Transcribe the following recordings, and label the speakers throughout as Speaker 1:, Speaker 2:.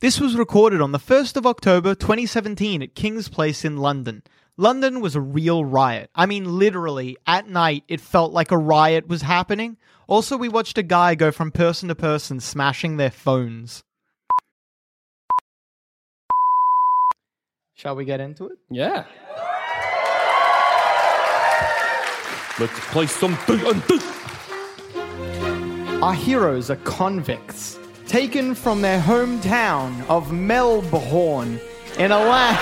Speaker 1: This was recorded on the 1st of October 2017 at King's Place in London. London was a real riot. I mean, literally, at night, it felt like a riot was happening. Also, we watched a guy go from person to person smashing their phones. Shall we get into it?
Speaker 2: Yeah. Let's play some.
Speaker 1: Our heroes are convicts, taken from their hometown of Melbourne in a land.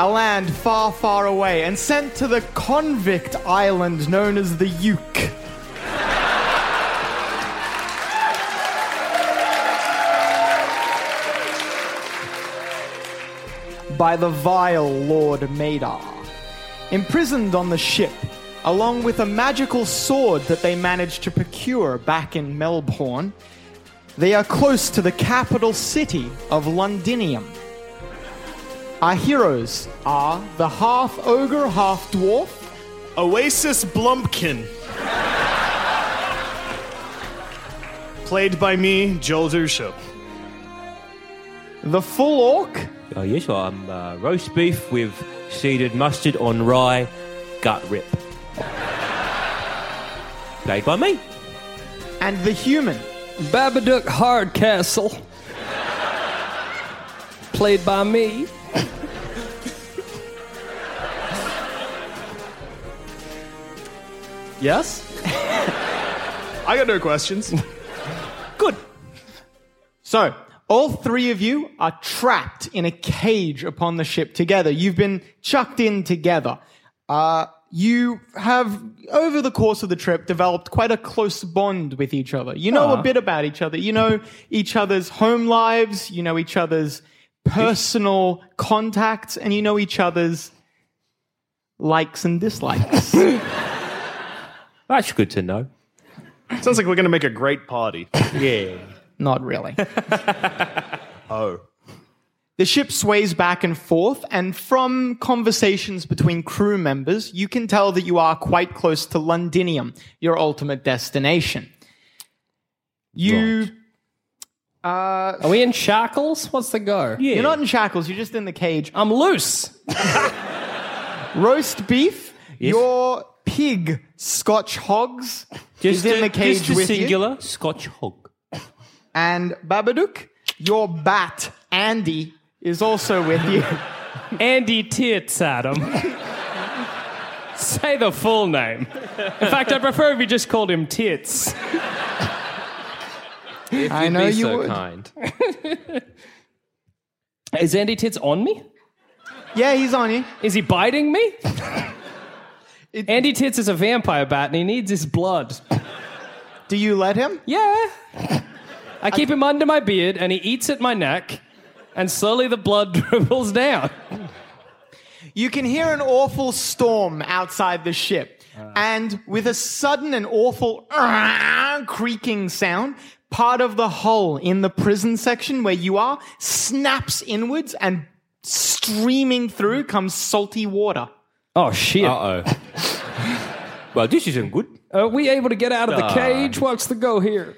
Speaker 1: A land far, far away, and sent to the convict island known as the Uke. by the vile Lord Madar. Imprisoned on the ship, along with a magical sword that they managed to procure back in Melbourne, they are close to the capital city of Londinium. Our heroes are the half ogre, half dwarf,
Speaker 3: Oasis Blumpkin. Played by me, Joel Dershow.
Speaker 1: the full orc,
Speaker 2: Oh, yes, I'm uh, roast beef with seeded mustard on rye, gut rip. Played by me.
Speaker 1: and the human.
Speaker 4: Babadook Hardcastle, played by me. yes?
Speaker 3: I got no questions.
Speaker 1: Good. So, all three of you are trapped in a cage upon the ship together. You've been chucked in together. Uh, you have, over the course of the trip, developed quite a close bond with each other. You know a bit about each other. You know each other's home lives. You know each other's personal contacts. And you know each other's likes and dislikes.
Speaker 2: That's good to know.
Speaker 3: Sounds like we're going to make a great party.
Speaker 2: Yeah.
Speaker 1: Not really. oh. The ship sways back and forth, and from conversations between crew members, you can tell that you are quite close to Londinium, your ultimate destination. You,
Speaker 4: Are we in shackles? What's the go? Yeah.
Speaker 1: You're not in shackles, you're just in the cage. Um,
Speaker 4: I'm loose.
Speaker 1: Roast beef, your pig, Scotch hogs, is in the cage
Speaker 2: just a
Speaker 1: with you.
Speaker 2: singular Scotch hog.
Speaker 1: And Babadook, your bat, Andy, is also with you.
Speaker 4: Andy Tits, Adam. Say the full name. In fact, I prefer if you just called him Tits.
Speaker 1: I know
Speaker 2: Be
Speaker 1: you
Speaker 2: so
Speaker 1: would.
Speaker 2: kind.
Speaker 4: Is Andy Tits on me?
Speaker 1: Yeah, he's on you.
Speaker 4: Is he biting me? Andy Tits is a vampire bat and he needs his blood.
Speaker 1: Do you let him?
Speaker 4: Yeah. I keep him under my beard and he eats at my neck, and slowly the blood dribbles down.
Speaker 1: You can hear an awful storm outside the ship. and with a sudden and awful uh, creaking sound, part of the hull in the prison section where you are snaps inwards and streaming through comes salty water.
Speaker 4: Oh, shit.
Speaker 2: Uh oh. well, this isn't good.
Speaker 4: Are we able to get out of the
Speaker 2: Uh,
Speaker 4: cage? What's the go here?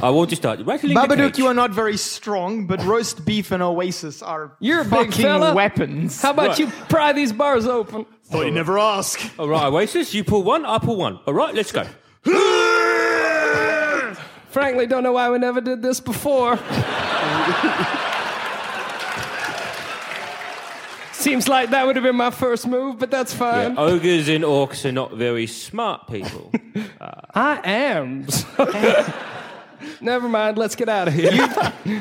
Speaker 2: I will just start. Rattling the
Speaker 1: Babadook,
Speaker 2: cage.
Speaker 1: you are not very strong, but roast beef and Oasis are
Speaker 4: You're a big
Speaker 1: fucking
Speaker 4: fella.
Speaker 1: weapons.
Speaker 4: How about
Speaker 2: Right.
Speaker 4: you pry these bars open?
Speaker 3: Thought you never ask.
Speaker 2: All right, Oasis, you pull one, I pull one. All right, let's go.
Speaker 4: Frankly, don't know why we never did this before. Seems like that would have been my first move, but that's
Speaker 2: Yeah,
Speaker 4: fine.
Speaker 2: ogres and orcs are not very smart people.
Speaker 4: I am. Never mind. Let's get out of here.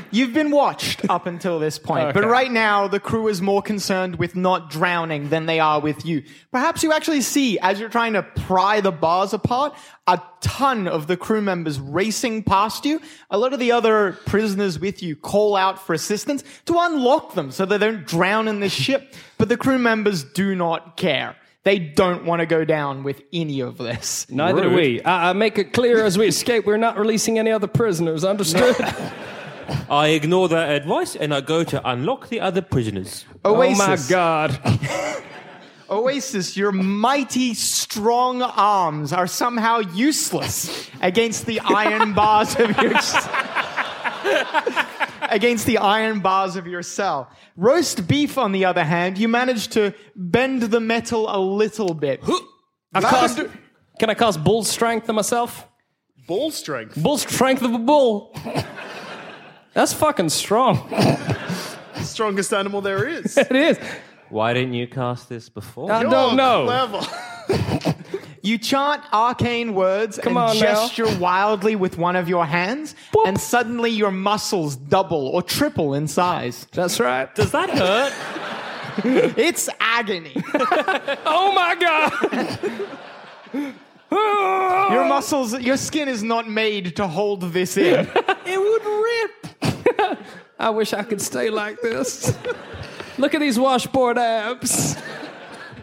Speaker 1: You've been watched up until this point, but
Speaker 4: Okay.
Speaker 1: right now the crew is more concerned with not drowning than they are with you. Perhaps you actually see, as you're trying to pry the bars apart, a ton of the crew members racing past you. A lot of the other prisoners with you call out for assistance to unlock them so they don't drown in the ship, but the crew members do not care. They don't want to go down with any of this.
Speaker 4: Neither do we. I, I make it clear as we escape, we're not releasing any other prisoners. Understood? Oh
Speaker 2: I ignore that advice and I go to unlock the other prisoners.
Speaker 4: Oh my
Speaker 1: Oasis.
Speaker 4: God!
Speaker 1: Oasis, your mighty strong arms are somehow useless against the iron bars of your against the iron bars of your cell. Roast beef, on the other hand, you manage to bend the metal a little bit.
Speaker 4: I cost, can I cast bull strength to myself?
Speaker 3: Ball strength.
Speaker 4: Bull strength of a bull. That's fucking strong.
Speaker 3: Strongest animal there is.
Speaker 4: It is.
Speaker 2: Why didn't you cast this before?
Speaker 4: I don't know.
Speaker 3: Level.
Speaker 1: You chant arcane words
Speaker 4: Come
Speaker 1: and
Speaker 4: on now.
Speaker 1: gesture wildly with one of your hands, and suddenly your muscles double or triple in size.
Speaker 4: That's right.
Speaker 2: Does that hurt?
Speaker 1: It's agony.
Speaker 4: Oh my God!
Speaker 1: Your muscles, your skin is not made to hold this in.
Speaker 4: It would rip. I wish I could stay like this. Look at these washboard abs.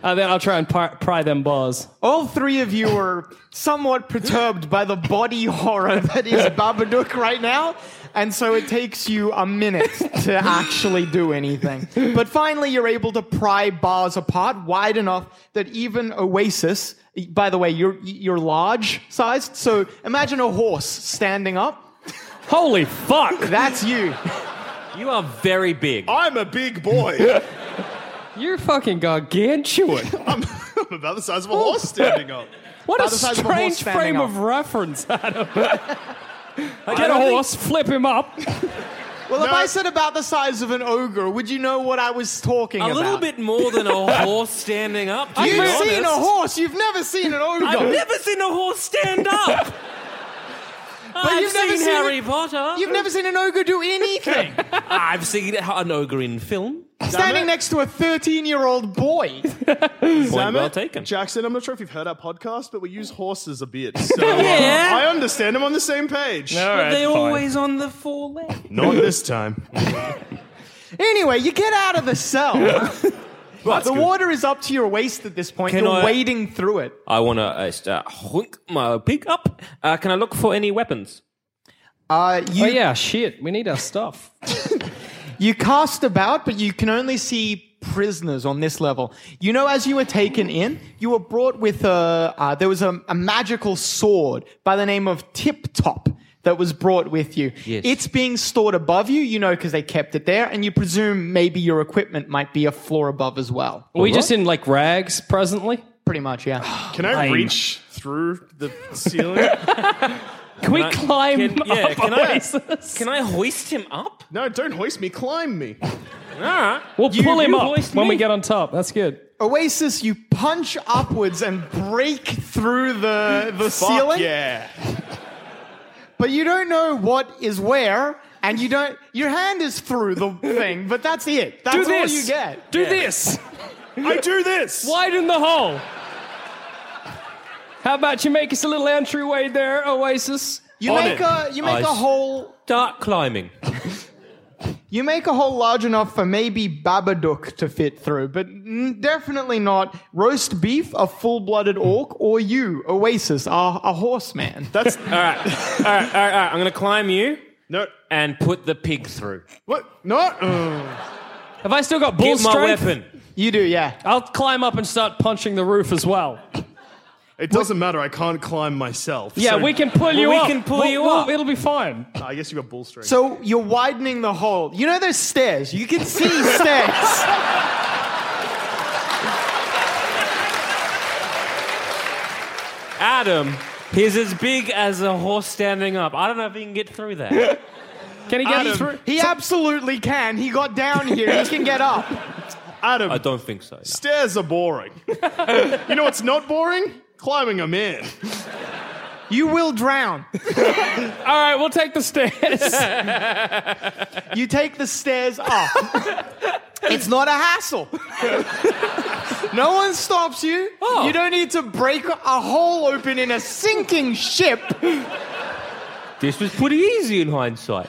Speaker 4: And then I'll try and par- pry them bars.
Speaker 1: All three of you are somewhat perturbed by the body horror that is Babadook right now, and so it takes you a minute to actually do anything. But finally, you're able to pry bars apart wide enough that even Oasis, by the way, you're you're large sized, so imagine a horse standing up.
Speaker 4: Holy fuck!
Speaker 1: That's you.
Speaker 2: You are very big.
Speaker 3: I'm a big boy.
Speaker 4: You're fucking gargantuan.
Speaker 3: I'm, I'm about the size of a horse standing up.
Speaker 4: What a
Speaker 1: the size of a horse
Speaker 4: strange
Speaker 1: standing
Speaker 4: frame
Speaker 1: up.
Speaker 4: of reference, Adam.
Speaker 2: I
Speaker 4: Get a
Speaker 2: don't think-
Speaker 4: horse, flip him up.
Speaker 1: Well, if
Speaker 3: No.
Speaker 1: I said about the size of an ogre, would you know what I was talking
Speaker 2: A
Speaker 1: about?
Speaker 2: little bit more than a horse standing up. to be
Speaker 1: You've
Speaker 2: honest.
Speaker 1: seen a horse. You've never seen an ogre.
Speaker 2: I've never seen a horse stand up. I've
Speaker 1: you've
Speaker 2: seen,
Speaker 1: never seen
Speaker 2: Harry
Speaker 1: it-
Speaker 2: Potter.
Speaker 1: You've never seen an ogre do anything.
Speaker 2: I've seen an ogre in film.
Speaker 1: Standing next to a 13 year old boy.
Speaker 2: Point
Speaker 3: Damn
Speaker 2: well
Speaker 3: it.
Speaker 2: taken.
Speaker 3: Jackson, I'm not sure if you've heard our podcast, but we use horses a bit. So uh,
Speaker 2: Yeah.
Speaker 3: I understand. I'm on the same page.
Speaker 2: They're always on the four legs.
Speaker 3: Not this time.
Speaker 1: Anyway, you get out of the cell.
Speaker 2: Right,
Speaker 1: the water is up to your waist at this point.
Speaker 2: Can
Speaker 1: You're
Speaker 2: I-
Speaker 1: wading through it.
Speaker 2: I want to uh, start hoink my pig up. Uh, can I look for any weapons?
Speaker 1: Uh, you,
Speaker 4: Oh, yeah, shit. We need our stuff.
Speaker 1: you cast about, but you can only see prisoners on this level. You know, as you were taken in, you were brought with a. Uh, there was a, a magical sword by the name of Tip Top that was brought with you.
Speaker 2: Yes.
Speaker 1: It's being stored above you, you know, because they kept it there, and you presume maybe your equipment might be a floor above as well.
Speaker 4: we just in like rags presently.
Speaker 1: Pretty much, yeah.
Speaker 3: Can I reach through the ceiling?
Speaker 4: Can, we
Speaker 2: I-
Speaker 4: climb
Speaker 2: can- yeah,
Speaker 4: up
Speaker 2: can I-
Speaker 4: Oasis?
Speaker 2: Can I hoist him up?
Speaker 3: no, don't hoist me. Climb me.
Speaker 2: All right.
Speaker 4: We'll
Speaker 2: You-
Speaker 4: pull him
Speaker 2: you
Speaker 4: up
Speaker 2: hoist
Speaker 4: when we
Speaker 2: me?
Speaker 4: get on top. That's good.
Speaker 1: Oasis, you punch upwards and break through the the
Speaker 3: Fuck
Speaker 1: ceiling.
Speaker 3: yeah.
Speaker 1: but you don't know what is where, and you don't. Your hand is through the thing, but that's it. That's
Speaker 4: Do this.
Speaker 1: all you get.
Speaker 4: Do this.
Speaker 3: I do this.
Speaker 4: Widen the hole. How about you make us a little entryway there, Oasis?
Speaker 1: You
Speaker 3: On
Speaker 1: make
Speaker 3: it.
Speaker 1: a you make
Speaker 2: I
Speaker 1: a
Speaker 2: s-
Speaker 1: hole.
Speaker 2: Start climbing.
Speaker 1: You make a hole large enough for maybe Babadook to fit through, but n- definitely not roast beef, a full-blooded orc, or you, Oasis, a, a horseman.
Speaker 3: That's
Speaker 2: All right. All right. All right. All right. I'm going to climb you
Speaker 3: no.
Speaker 2: and put the pig through.
Speaker 3: What? No. Uh,
Speaker 4: Have I still got bull
Speaker 2: Get my
Speaker 4: strength?
Speaker 2: weapon.
Speaker 1: You do, yeah.
Speaker 4: I'll climb up and start punching the roof as well.
Speaker 3: It doesn't matter. I can't climb myself.
Speaker 4: Yeah,
Speaker 3: So-
Speaker 4: we can pull you
Speaker 2: we
Speaker 4: up.
Speaker 2: can pull
Speaker 4: We'll-
Speaker 2: you
Speaker 4: we'll-
Speaker 2: up.
Speaker 4: It'll be fine.
Speaker 3: I guess you got bull string.
Speaker 1: So you're widening the hole. You know those stairs? You can see stairs.
Speaker 2: Adam, he's as big as a horse standing up. I don't know if he can get through that.
Speaker 4: Can he get it through?
Speaker 1: He absolutely can. He got down here. He can get up.
Speaker 3: Adam,
Speaker 2: I don't think so. no.
Speaker 3: stairs are boring. you know what's not boring? Climbing them in.
Speaker 1: You will drown.
Speaker 4: All right, we'll take the stairs.
Speaker 1: You take the stairs up. It's not a hassle. No one stops you.
Speaker 2: Oh.
Speaker 1: You don't need to break a hole open in a sinking ship
Speaker 2: This was pretty easy in hindsight.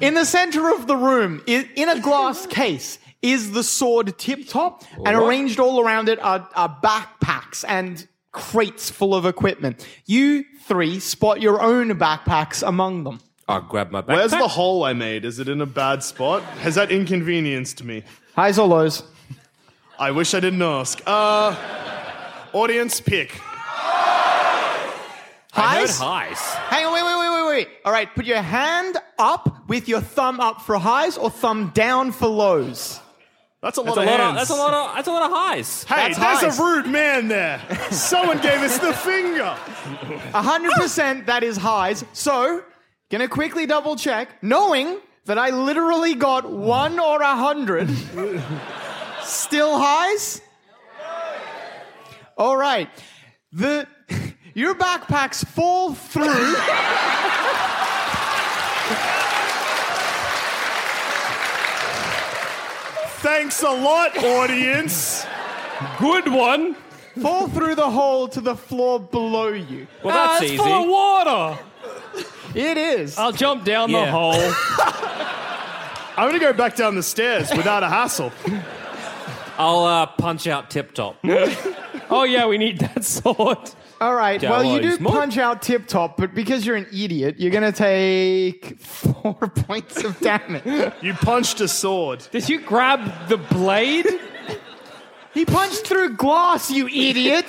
Speaker 1: In the center of the room, i- in a glass case, is the sword tip top, and
Speaker 2: What?
Speaker 1: arranged all around it are, are backpacks and crates full of equipment. You three spot your own backpacks among them.
Speaker 2: I grabbed my backpack.
Speaker 3: Where's the hole I made? Is it in a bad spot? Has that inconvenienced me?
Speaker 1: Highs or lows?
Speaker 3: I wish I didn't ask. Uh, audience pick.
Speaker 2: I heard
Speaker 1: Highs?
Speaker 2: highs.
Speaker 1: Hang on, wait, wait, wait, wait, wait. All right, put your hand up with your thumb up for highs or thumb down for lows.
Speaker 3: That's a lot
Speaker 2: That's a lot
Speaker 3: of
Speaker 2: of,
Speaker 3: hands.
Speaker 2: that's a lot of that's a lot of highs.
Speaker 3: Hey,
Speaker 1: That's
Speaker 3: there's
Speaker 1: highs.
Speaker 3: a rude man there. Someone gave us the finger.
Speaker 1: 100% that is highs. So, gonna quickly double check, knowing that I literally got one or a hundred. Still highs? All right. The your backpacks fall through.
Speaker 3: Thanks a lot, audience.
Speaker 4: Good one.
Speaker 1: fall through the hole to the floor below you.
Speaker 2: Well,
Speaker 4: Ah,
Speaker 2: that's
Speaker 4: it's
Speaker 2: easy.
Speaker 4: full of water.
Speaker 1: It is.
Speaker 4: I'll jump down the
Speaker 2: Yeah.
Speaker 4: hole.
Speaker 3: I'm gonna go back down the stairs without a hassle.
Speaker 2: I'll uh, punch out tip top.
Speaker 4: Oh yeah, we need that sword.
Speaker 1: All right.
Speaker 2: Yeah,
Speaker 1: well,
Speaker 2: well,
Speaker 1: you do
Speaker 2: he's more-
Speaker 1: punch out tip top, but because you're an idiot, you're gonna take four points of damage.
Speaker 3: You punched a sword.
Speaker 4: Did you grab the blade?
Speaker 1: He punched through glass, you idiots!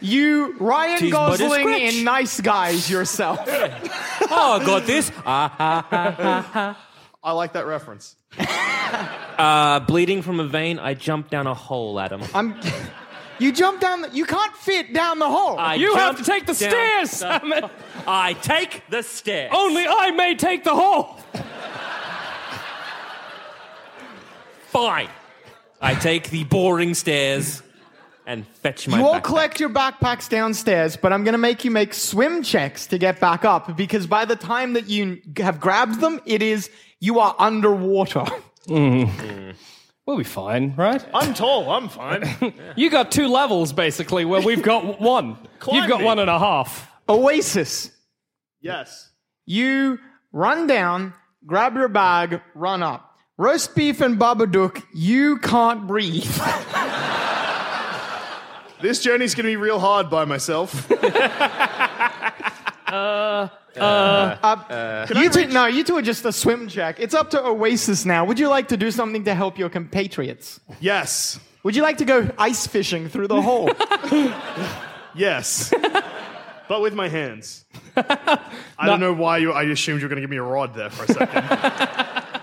Speaker 1: you, Ryan
Speaker 2: Tease but a
Speaker 1: Gosling
Speaker 2: scratch.
Speaker 1: in Nice Guys yourself.
Speaker 2: oh, I got this. Ah, ah, ah.
Speaker 3: I like that reference.
Speaker 2: Uh, bleeding from a vein, I jumped down a hole, Adam.
Speaker 1: I'm, you jump down, the, you can't fit down the hole.
Speaker 2: I
Speaker 4: You have to
Speaker 2: jumped
Speaker 4: take the
Speaker 2: down
Speaker 4: stairs, Simon.
Speaker 2: I take the stairs.
Speaker 4: Only I may take the hole.
Speaker 2: fine. I take the boring stairs and fetch my.
Speaker 1: you all
Speaker 2: backpack.
Speaker 1: collect your backpacks downstairs, but I'm gonna make you make swim checks to get back up because by the time that you have grabbed them, it is, you are underwater.
Speaker 4: We'll be fine, right?
Speaker 3: I'm tall. I'm fine.
Speaker 4: You got two levels basically, where we've got one. You've got
Speaker 3: Climbing.
Speaker 4: one and a half.
Speaker 1: Oasis.
Speaker 3: yes.
Speaker 1: You run down, grab your bag, run up. Roast beef and babadook, you can't breathe.
Speaker 3: This journey's gonna be real hard by myself.
Speaker 1: you two, no, you two are just a swim check. It's up to Oasis now. Would you like to do something to help your compatriots?
Speaker 3: yes.
Speaker 1: Would you like to go ice fishing through the hole?
Speaker 3: Yes. but with my hands. I don't know why you. I assumed you were gonna give me a rod there for a second.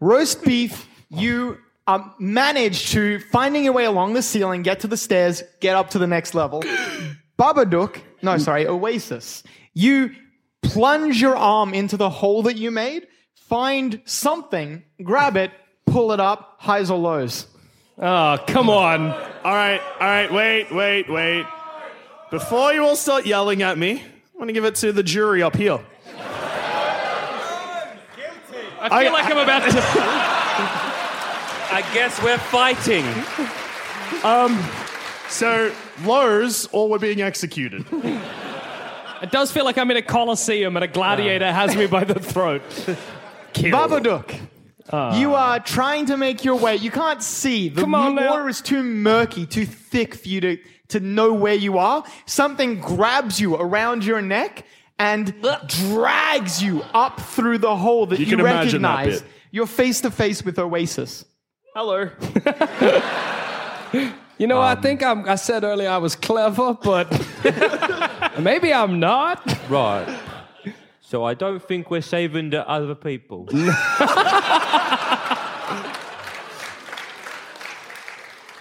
Speaker 1: Roast beef, you um, manage to, finding your way along the ceiling, get to the stairs, get up to the next level. Babadook, no, sorry, Oasis, you plunge your arm into the hole that you made, find something, grab it, pull it up, highs or lows.
Speaker 4: Oh come on.
Speaker 3: all right. All right. Wait. Wait. Wait. Before you all start yelling at me, I'm gonna give it to the jury up here.
Speaker 4: I feel like I'm about to.
Speaker 2: I guess we're fighting.
Speaker 3: So lows, all were being executed.
Speaker 4: It does feel like I'm in a coliseum and a gladiator has me by the throat. Kill.
Speaker 1: Babadook. you are trying to make your way. You can't see. The
Speaker 4: Ah. Come on
Speaker 1: m-
Speaker 4: now.
Speaker 1: water is too murky, too thick for you to, to know where you are. Something grabs you around your neck and drags you up through the hole that you,
Speaker 3: You can imagine that
Speaker 1: recognize.
Speaker 3: bit.
Speaker 1: You're face to face with Oasis.
Speaker 4: Hello. You know, I think I'm, I said earlier I was clever, but maybe I'm not.
Speaker 2: Right. So I don't think we're saving the other people.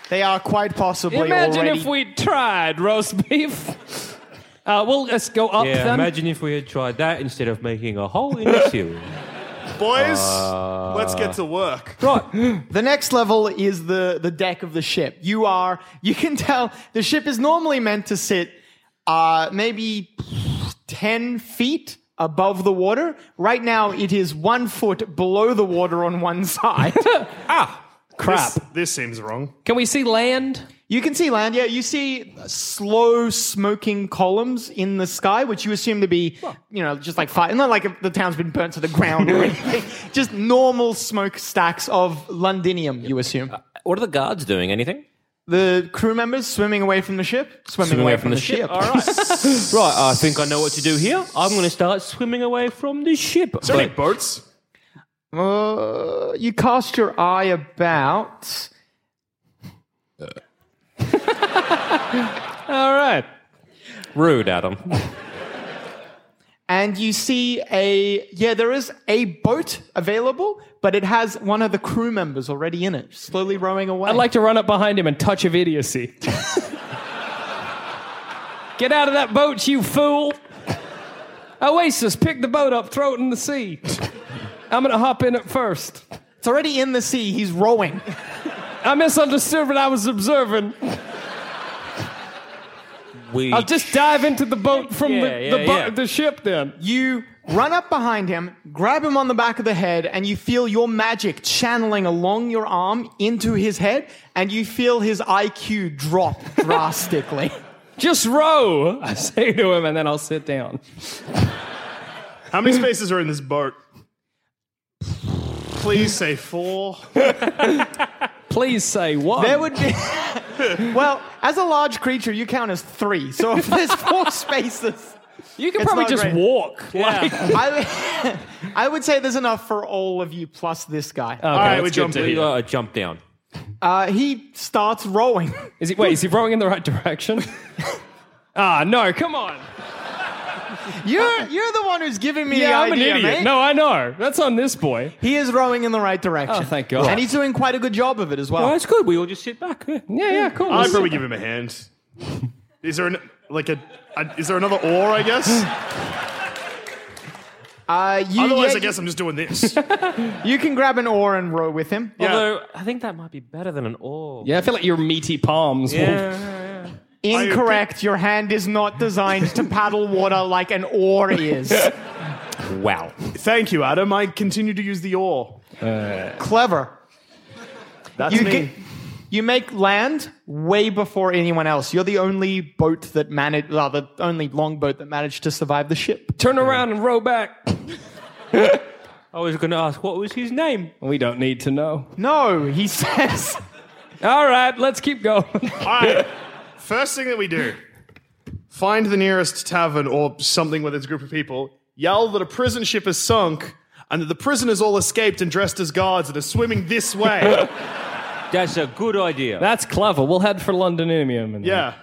Speaker 1: They are quite possibly
Speaker 4: Imagine
Speaker 1: already.
Speaker 4: if we tried roast beef. Uh, we'll just go up
Speaker 2: Yeah,
Speaker 4: then.
Speaker 2: imagine if we had tried that instead of making a whole initiative.
Speaker 3: Boys,
Speaker 2: Uh.
Speaker 3: let's get to work.
Speaker 2: right.
Speaker 1: The next level is the the deck of the ship. You are you can tell the ship is normally meant to sit uh, maybe ten feet above the water. Right now, it is one foot below the water on one side.
Speaker 4: Crap.
Speaker 3: This, this seems wrong.
Speaker 4: Can we see land?
Speaker 1: You can see land. Yeah, you see slow smoking columns in the sky, which you assume to be, you know, just like fire. Not like the town's been burnt to the ground or anything. just normal smoke stacks of Londinium, you assume.
Speaker 5: What are the guards doing? Anything?
Speaker 1: The crew members swimming away from the ship, swimming, away from, the, ship.
Speaker 2: All right. right. I think I know what to do here. I'm going to start swimming away from the ship.
Speaker 3: Is there any boats?
Speaker 1: Uh, you cast your eye about.
Speaker 4: All right.
Speaker 5: Rude, Adam.
Speaker 1: and you see a yeah there is a boat available but it has one of the crew members already in it slowly rowing away
Speaker 4: I'd like to run up behind him and touch of idiocy. Get out of that boat, you fool! Oasis, pick the boat up, throw it in the sea. I'm gonna hop in it first.
Speaker 1: it's already in the sea he's rowing
Speaker 4: I misunderstood what I was observing.
Speaker 5: We
Speaker 4: I'll just dive into the boat from
Speaker 2: Yeah,
Speaker 4: the,
Speaker 2: yeah,
Speaker 4: the, bo-
Speaker 2: yeah.
Speaker 4: the ship then.
Speaker 1: you run up behind him grab him on the back of the head and you feel your magic channeling along your arm into his head and you feel his iq drop drastically
Speaker 4: Just row, I say to him, and then I'll sit down.
Speaker 3: How many spaces are in this boat? Please say four.
Speaker 4: Please say what?
Speaker 1: There would be. well, as a large creature, you count as three. So if there's four spaces,
Speaker 4: you could
Speaker 1: it's
Speaker 4: probably
Speaker 1: not
Speaker 4: just
Speaker 1: great.
Speaker 4: walk. Like,
Speaker 1: I, I would say there's enough for all of you plus this guy.
Speaker 3: All right, we
Speaker 2: That's good
Speaker 3: jump
Speaker 2: to
Speaker 3: in.
Speaker 2: hear. Uh, jump down.
Speaker 1: Uh, he starts rowing.
Speaker 4: is he, wait, is he rowing in the right direction? ah, no, come on.
Speaker 1: You're you're the one who's giving me
Speaker 4: Yeah,
Speaker 1: the
Speaker 4: I'm an
Speaker 1: idea,
Speaker 4: idiot.
Speaker 1: mate.
Speaker 4: No, I know. That's on this boy.
Speaker 1: He is rowing in the right direction.
Speaker 4: Oh, thank God.
Speaker 1: And he's doing quite a good job of it as well.
Speaker 2: Oh, that's good. We all just sit back. Yeah.
Speaker 4: Yeah, yeah, cool.
Speaker 3: I'd probably give him a hand. Is there an, like a, a- is there another oar? I guess.
Speaker 1: Uh, you,
Speaker 3: Otherwise,
Speaker 1: yeah,
Speaker 3: I guess I'm just doing this.
Speaker 1: you can grab an oar and row with him.
Speaker 2: Although I think that might be better than an oar.
Speaker 4: yeah, I feel like your meaty palms. will-
Speaker 1: Incorrect. Your hand is not designed to paddle water like an oar is.
Speaker 5: wow.
Speaker 3: Thank you, Adam. I continue to use the oar.
Speaker 1: Clever.
Speaker 3: That's
Speaker 1: You
Speaker 3: me.
Speaker 1: get- You make land way before anyone else. You're the only boat that managed, well, the only longboat that managed to survive the ship.
Speaker 4: Turn around and row back.
Speaker 2: I was going to ask what was his name.
Speaker 4: We don't need to know.
Speaker 1: No, he says.
Speaker 4: All right, let's keep going.
Speaker 3: All right. First thing that we do: find the nearest tavern or something with its group of people. Yell that a prison ship has sunk and that the prisoners all escaped and dressed as guards and are swimming this way.
Speaker 2: That's a good idea.
Speaker 4: That's clever. We'll head for Londonium. And
Speaker 3: yeah.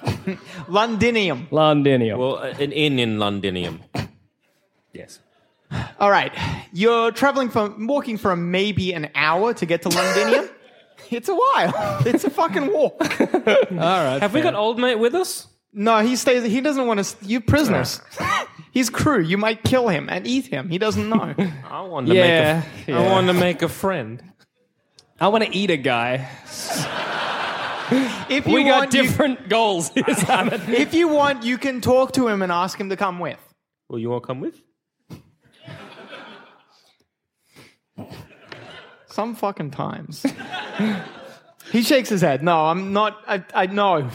Speaker 1: Londinium.
Speaker 4: Londinium.
Speaker 5: Well, a- an inn in Londinium.
Speaker 2: yes.
Speaker 1: All right. You're traveling from, walking for maybe an hour to get to Londinium. it's a while. It's a fucking walk.
Speaker 2: Have we got old mate with us?
Speaker 1: No, he stays, he doesn't want to, you prisoners. His crew, you might kill him and eat him. He doesn't know.
Speaker 2: I want to
Speaker 4: Yeah,
Speaker 2: make. A,
Speaker 4: yeah.
Speaker 2: I want to make a friend.
Speaker 4: I want to eat a guy.
Speaker 1: If you
Speaker 4: We got
Speaker 1: want, you-
Speaker 4: different goals. Yes, Simon.
Speaker 1: if you want, you can talk to him and ask him to come with.
Speaker 2: Well, you want to come with?
Speaker 1: Some fucking times. he shakes his head. No, I'm not. I, I know.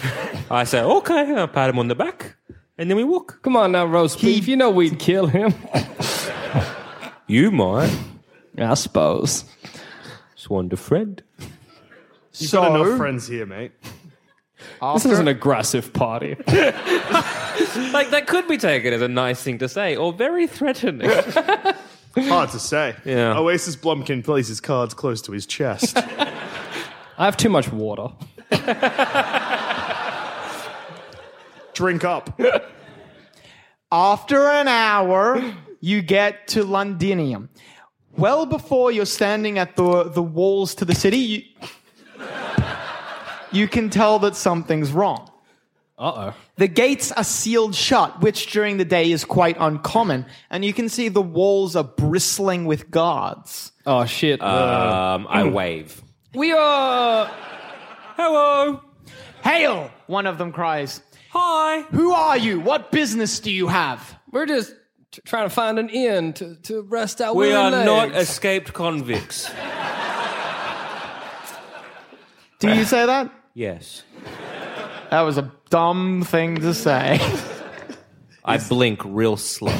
Speaker 2: I say okay. and I pat him on the back, and then we walk.
Speaker 4: Come on now, roast beef. You know we'd kill him.
Speaker 2: You might.
Speaker 4: I suppose.
Speaker 2: Just wanted a friend.
Speaker 3: You've
Speaker 1: so
Speaker 3: got enough friends here, mate.
Speaker 4: This is an aggressive party.
Speaker 5: Like that could be taken as a nice thing to say, or very threatening.
Speaker 3: Hard to say.
Speaker 5: Yeah.
Speaker 3: Oasis Blumkin plays his cards close to his chest.
Speaker 4: I have too much water.
Speaker 3: drink up.
Speaker 1: After an hour, you get to Londinium. Well before you're standing at the, the walls to the city, you, you can tell that something's wrong.
Speaker 4: Uh oh.
Speaker 1: The gates are sealed shut, which during the day is quite uncommon, and you can see the walls are bristling with guards.
Speaker 4: Oh shit.
Speaker 2: Uh,
Speaker 5: Um, I
Speaker 2: Hmm.
Speaker 5: wave.
Speaker 4: we are. Hello.
Speaker 1: Hail! One of them cries,
Speaker 4: Hi.
Speaker 1: Who are you? What business do you have?
Speaker 4: We're just t- trying to find an inn to, to rest our
Speaker 2: We
Speaker 4: weary
Speaker 2: are not
Speaker 4: legs.
Speaker 2: escaped convicts.
Speaker 1: Do you say that?
Speaker 2: yes.
Speaker 1: That was a dumb thing to say.
Speaker 2: I blink real slow.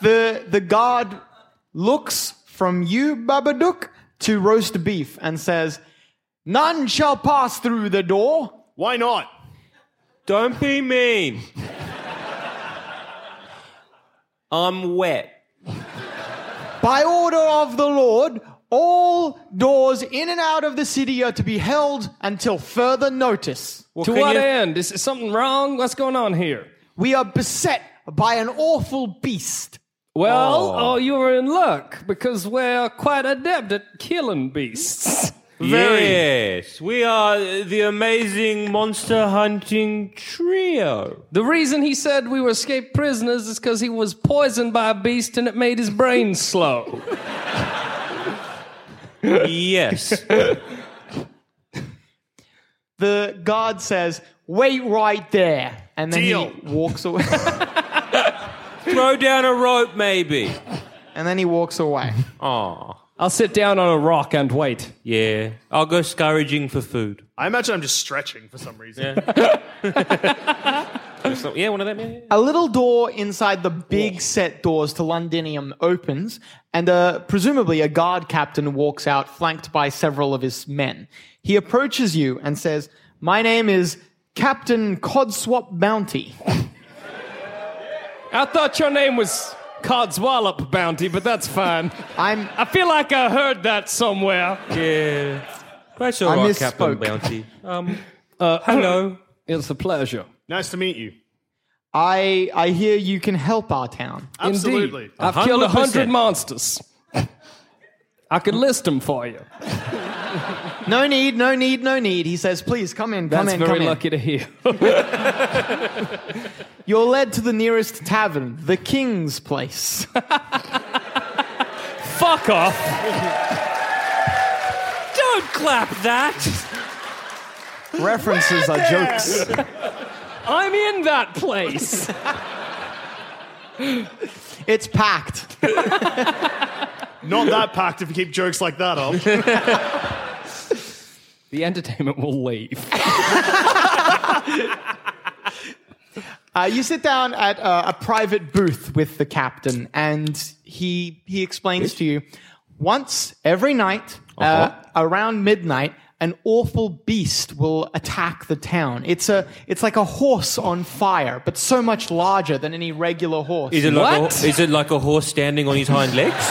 Speaker 1: the the guard looks from you, Babadook, to roast beef and says, "None shall pass through the door."
Speaker 3: Why not?
Speaker 2: Don't be mean. I'm wet.
Speaker 1: By order of the Lord, all doors in and out of the city are to be held until further notice.
Speaker 2: Well,
Speaker 4: to
Speaker 2: can
Speaker 4: what
Speaker 2: you-
Speaker 4: end? Is, is something wrong? What's going on here?
Speaker 1: We are beset by an awful beast.
Speaker 4: Well, oh, you are in luck because we're quite adept at killing beasts.
Speaker 2: Yes, we are the amazing monster hunting trio.
Speaker 4: The reason he said we were escaped prisoners is because he was poisoned by a beast and it made his brain slow.
Speaker 2: yes.
Speaker 1: The guard says, "Wait right there," and then
Speaker 3: Deal.
Speaker 1: he walks away.
Speaker 2: Throw down a rope, maybe.
Speaker 1: and then he walks away.
Speaker 2: Aw.
Speaker 4: I'll sit down on a rock and wait.
Speaker 2: Yeah. I'll go scourging for food.
Speaker 3: I imagine I'm just stretching for some reason.
Speaker 2: So- yeah, one of them. yeah, yeah.
Speaker 1: A little door inside the big set doors to Londinium opens, and uh, presumably a guard captain walks out, flanked by several of his men. He approaches you and says, My name is Captain Codswap Bounty.
Speaker 4: I thought your name was Codswallop Bounty, but that's fine.
Speaker 1: I'm,
Speaker 4: I feel like I heard that somewhere.
Speaker 2: Yeah. That's all
Speaker 1: I
Speaker 2: right, Captain
Speaker 1: misspoke.
Speaker 2: Bounty. Um,
Speaker 4: Uh,
Speaker 2: hello.
Speaker 4: It's a pleasure.
Speaker 3: Nice to meet you.
Speaker 1: I, I hear you can help our town.
Speaker 3: Absolutely.
Speaker 4: Indeed. I've killed a
Speaker 2: 100%.
Speaker 4: hundred monsters. I could list them for you.
Speaker 1: No need, no need, no need. He says, Please come in, come
Speaker 4: That's
Speaker 1: in,
Speaker 4: very
Speaker 1: come in."
Speaker 4: lucky to hear.
Speaker 1: You're led to the nearest tavern, the King's Place.
Speaker 4: Fuck off.
Speaker 2: Don't clap that.
Speaker 1: References are jokes.
Speaker 4: I'm in that place.
Speaker 1: It's packed.
Speaker 3: Not that packed if you keep jokes like that up.
Speaker 4: the entertainment will leave.
Speaker 1: Uh, you sit down at uh, a private booth with the captain, and he he explains to you once every night uh,
Speaker 2: Uh-huh.
Speaker 1: around midnight. An awful beast will attack the town. It's a, it's like a horse on fire, but so much larger than any regular horse.
Speaker 2: Is it like
Speaker 4: What?
Speaker 2: A, is it like a horse standing on his hind legs?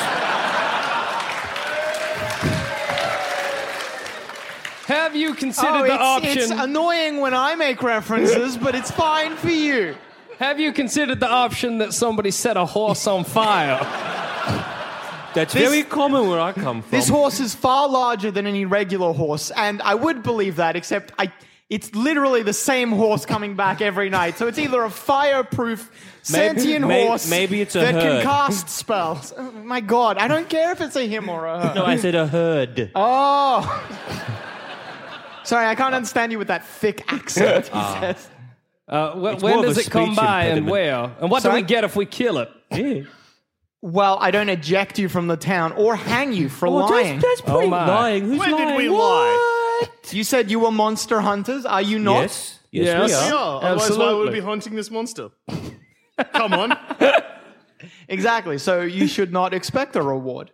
Speaker 4: Have you considered
Speaker 1: Oh,
Speaker 4: the
Speaker 1: it's,
Speaker 4: option?
Speaker 1: it's annoying when I make references, but it's fine for you.
Speaker 4: Have you considered the option that somebody set a horse on fire?
Speaker 2: That's
Speaker 1: This-
Speaker 2: very common where I come from.
Speaker 1: This horse is far larger than any regular horse, and I would believe that, except I. It's literally the same horse coming back every night, so it's either a fireproof
Speaker 2: Maybe-
Speaker 1: sentient
Speaker 2: may-
Speaker 1: horse
Speaker 2: maybe it's a
Speaker 1: that can
Speaker 2: herd.
Speaker 1: cast spells. Oh, my God, I don't care if it's a him or a her.
Speaker 2: No, I said a herd.
Speaker 1: Oh, sorry, I can't understand you with that thick accent. He
Speaker 2: Ah.
Speaker 1: says,
Speaker 4: Uh, wh-
Speaker 2: It's
Speaker 4: when
Speaker 2: more of
Speaker 4: does
Speaker 2: a
Speaker 4: it come
Speaker 2: speech
Speaker 4: by and
Speaker 2: impediment.
Speaker 4: where? And what
Speaker 1: Sorry?
Speaker 4: do we get if we kill it?
Speaker 2: Yeah.
Speaker 1: "Well, I don't eject you from the town or hang you for
Speaker 2: Well,
Speaker 1: lying.
Speaker 2: That's, that's
Speaker 4: Oh
Speaker 2: pretty
Speaker 4: my.
Speaker 2: lying. Who's
Speaker 3: When did
Speaker 2: lying?
Speaker 3: we lie?
Speaker 2: What?
Speaker 1: You said you were monster hunters. Are you not?
Speaker 2: Yes. Yes,
Speaker 4: Yes.
Speaker 2: we are.
Speaker 3: Yeah, otherwise why would we
Speaker 4: Absolutely.
Speaker 3: be hunting this monster? Come on.
Speaker 1: Exactly. So you should not expect a reward.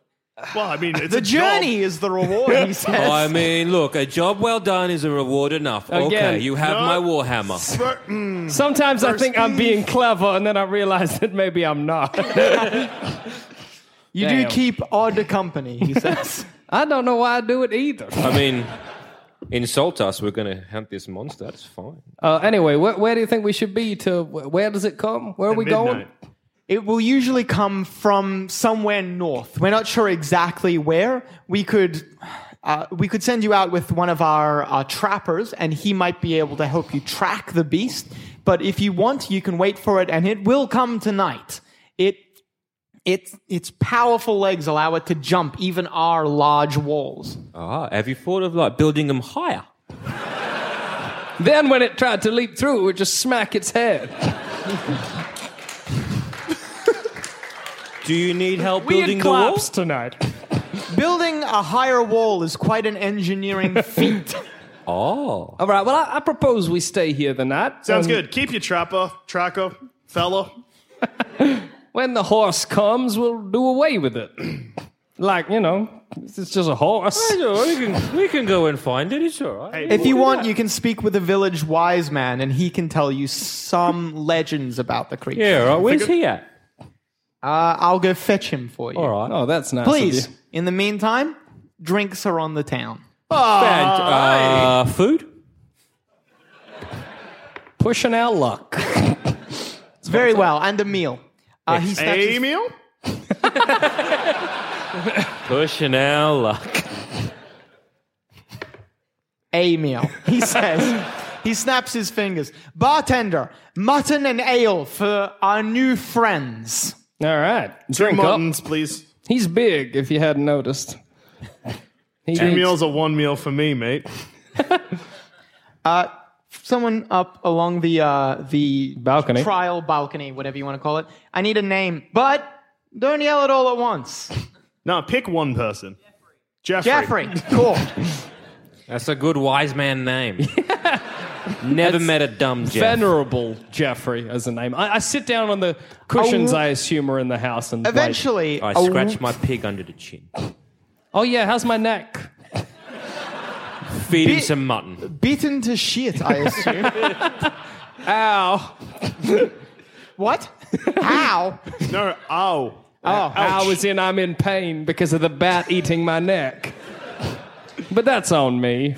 Speaker 3: Well, I mean, it's
Speaker 1: The
Speaker 3: a
Speaker 1: journey
Speaker 3: job.
Speaker 1: is the reward, he says.
Speaker 2: I mean, look, a job well done is a reward enough. okay,
Speaker 4: Again,
Speaker 2: you have
Speaker 3: no.
Speaker 2: my warhammer.
Speaker 3: But, mm,
Speaker 4: Sometimes I think I'm
Speaker 3: beef.
Speaker 4: being clever, and then I realize that maybe I'm not.
Speaker 1: you do
Speaker 4: Damn.
Speaker 1: keep odd company, he says.
Speaker 4: I don't know why I do it either.
Speaker 2: I mean,
Speaker 5: Insult us, we're going to hunt this monster. That's fine.
Speaker 4: Uh, anyway, where, where do you think we should be? To wh- where does it come? Where are we going?
Speaker 3: Midnight.
Speaker 1: It will usually come from somewhere north. We're not sure exactly where. We could, uh, we could send you out with one of our uh, trappers, and he might be able to help you track the beast. But if you want, you can wait for it, and it will come tonight. It, its its powerful legs allow it to jump even our large walls.
Speaker 2: Ah, have you thought of like building them higher?
Speaker 4: Then when it tried to leap through, it would just smack its head.
Speaker 2: Do you need help building the wall?
Speaker 6: collapsed tonight.
Speaker 1: Building a higher wall is quite an engineering feat.
Speaker 2: Oh,
Speaker 4: All right. Well, I, I propose we stay here the night.
Speaker 3: Sounds
Speaker 4: Um,
Speaker 3: good. Keep your trapper, tracker, fella.
Speaker 4: When the horse comes, we'll do away with it. like you know, it's just a horse.
Speaker 2: we can we can go and find it. It's all right.
Speaker 1: If you want, you can speak with a village wise man, and he can tell you some legends about the creature.
Speaker 2: Yeah, all right. Where's he at?
Speaker 1: Uh, I'll go fetch him for you.
Speaker 2: All right.
Speaker 4: Oh, that's nice. of
Speaker 1: Please,
Speaker 4: you.
Speaker 1: in the meantime, drinks are on the town.
Speaker 2: And, uh, food.
Speaker 4: pushing our luck.
Speaker 1: Very well, and a meal. Uh, he snatches-
Speaker 3: Emil?
Speaker 2: Pushing our luck.
Speaker 1: a meal, he says. he snaps his fingers. Bartender, mutton and ale for our new friends.
Speaker 4: All right,
Speaker 3: Drink
Speaker 4: drink up.
Speaker 3: muttons, please.
Speaker 4: He's big. If you hadn't noticed, he
Speaker 3: Two
Speaker 4: eats-
Speaker 3: meals are one meal for me, mate.
Speaker 1: Someone up along the uh, the
Speaker 4: Balcony.
Speaker 1: trial balcony, whatever you want to call it. I need a name, but don't yell it all at once.
Speaker 3: No, pick one person. Jeffrey.
Speaker 1: Jeffrey, cool.
Speaker 2: That's a good wise man name. Never met a dumb Jeff.
Speaker 4: Venerable Jeffrey as a name. I, I sit down on the cushions.
Speaker 1: Oh.
Speaker 4: I assume are in the house and like-
Speaker 1: Eventually,
Speaker 2: I
Speaker 1: a-
Speaker 2: scratch my pig under the chin.
Speaker 4: oh yeah, how's my neck?
Speaker 2: Feed him
Speaker 1: Bit-
Speaker 2: some mutton.
Speaker 1: beaten to shit. I assume.
Speaker 4: Ow!
Speaker 1: what? How?
Speaker 3: No, ow.
Speaker 4: I was in. I'm in pain because of the bat eating my neck. But that's on me.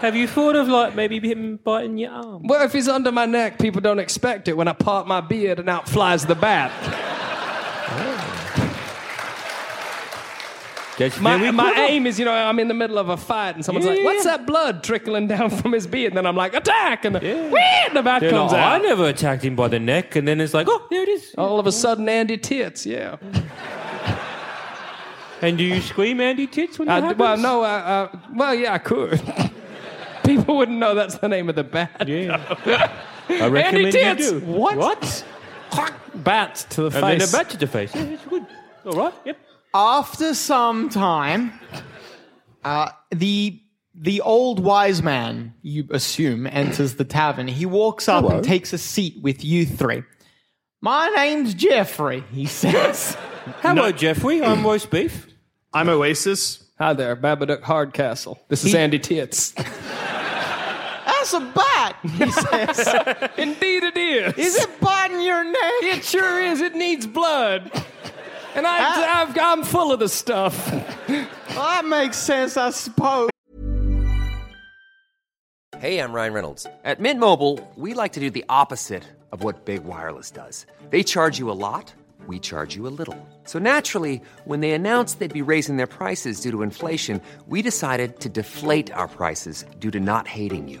Speaker 2: Have you thought of like maybe him biting your arm?
Speaker 4: Well, if he's under my neck, people don't expect it when I part my beard and out flies the bat.
Speaker 2: That's
Speaker 4: My,
Speaker 2: very
Speaker 4: my
Speaker 2: clever.
Speaker 4: aim is, you know, I'm in the middle of a fight and someone's like,
Speaker 2: Yeah.
Speaker 4: what's that blood trickling down from his beard? And then I'm like, attack! And the, "Whee!" and the bat
Speaker 2: They're
Speaker 4: comes
Speaker 2: like, "Oh,
Speaker 4: out.
Speaker 2: I never attacked him by the neck, and then it's like, oh, there it is.
Speaker 4: All of a sudden, Andy tits, yeah.
Speaker 2: And do you scream, Andy Tits, when that
Speaker 4: I,
Speaker 2: happens?
Speaker 4: Uh, well, no, I, I, well, yeah, I could. People wouldn't know that's the name of the bat.
Speaker 2: Yeah. I
Speaker 4: Andy
Speaker 2: recommend
Speaker 4: tits!
Speaker 2: you do.
Speaker 4: What?
Speaker 2: What?
Speaker 4: Bats to the
Speaker 2: And
Speaker 4: face.
Speaker 2: then a bat to the face. Yeah, it's good. All right. Yep.
Speaker 1: after some time, uh, the the old wise man, you assume, enters the tavern. He walks up and takes a seat with you three. My name's Jeffrey, he says.
Speaker 2: Hello, Jeffrey. I'm roast beef.
Speaker 3: I'm Oasis.
Speaker 4: Hi there, Babadook Hardcastle. This is Andy Tits.
Speaker 1: That's a bat, he says.
Speaker 4: Indeed, it is.
Speaker 1: Is it biting your neck?
Speaker 4: It sure is. It needs blood. And I,
Speaker 2: Ah.
Speaker 4: I've, I'm full of the stuff.
Speaker 1: Well, that makes sense, I suppose.
Speaker 7: Hey, I'm Ryan Reynolds. At Mint Mobile, we like to do the opposite of what Big Wireless does. They charge you a lot, we charge you a little. So naturally, when they announced they'd be raising their prices due to inflation, we decided to deflate our prices due to not hating you.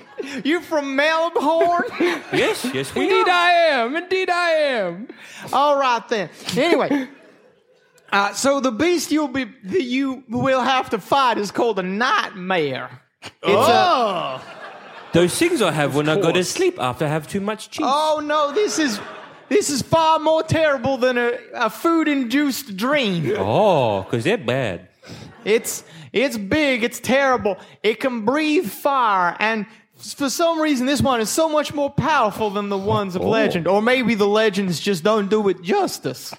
Speaker 1: You from Melbourne?
Speaker 2: yes, yes, we
Speaker 1: Indeed,
Speaker 2: are.
Speaker 1: I am. Indeed, I am. All right then. Anyway, uh, so the beast you'll be that you will have to fight is called a nightmare. It's a,
Speaker 2: Those things I have when I go to sleep after I have too much cheese.
Speaker 1: oh no, this is this is far more terrible than a, a food-induced dream.
Speaker 2: Oh, because they're bad.
Speaker 1: It's it's big. It's terrible. It can breathe fire, and for some reason, this one is so much more powerful than the ones of legend. Or maybe the legends just don't do it justice.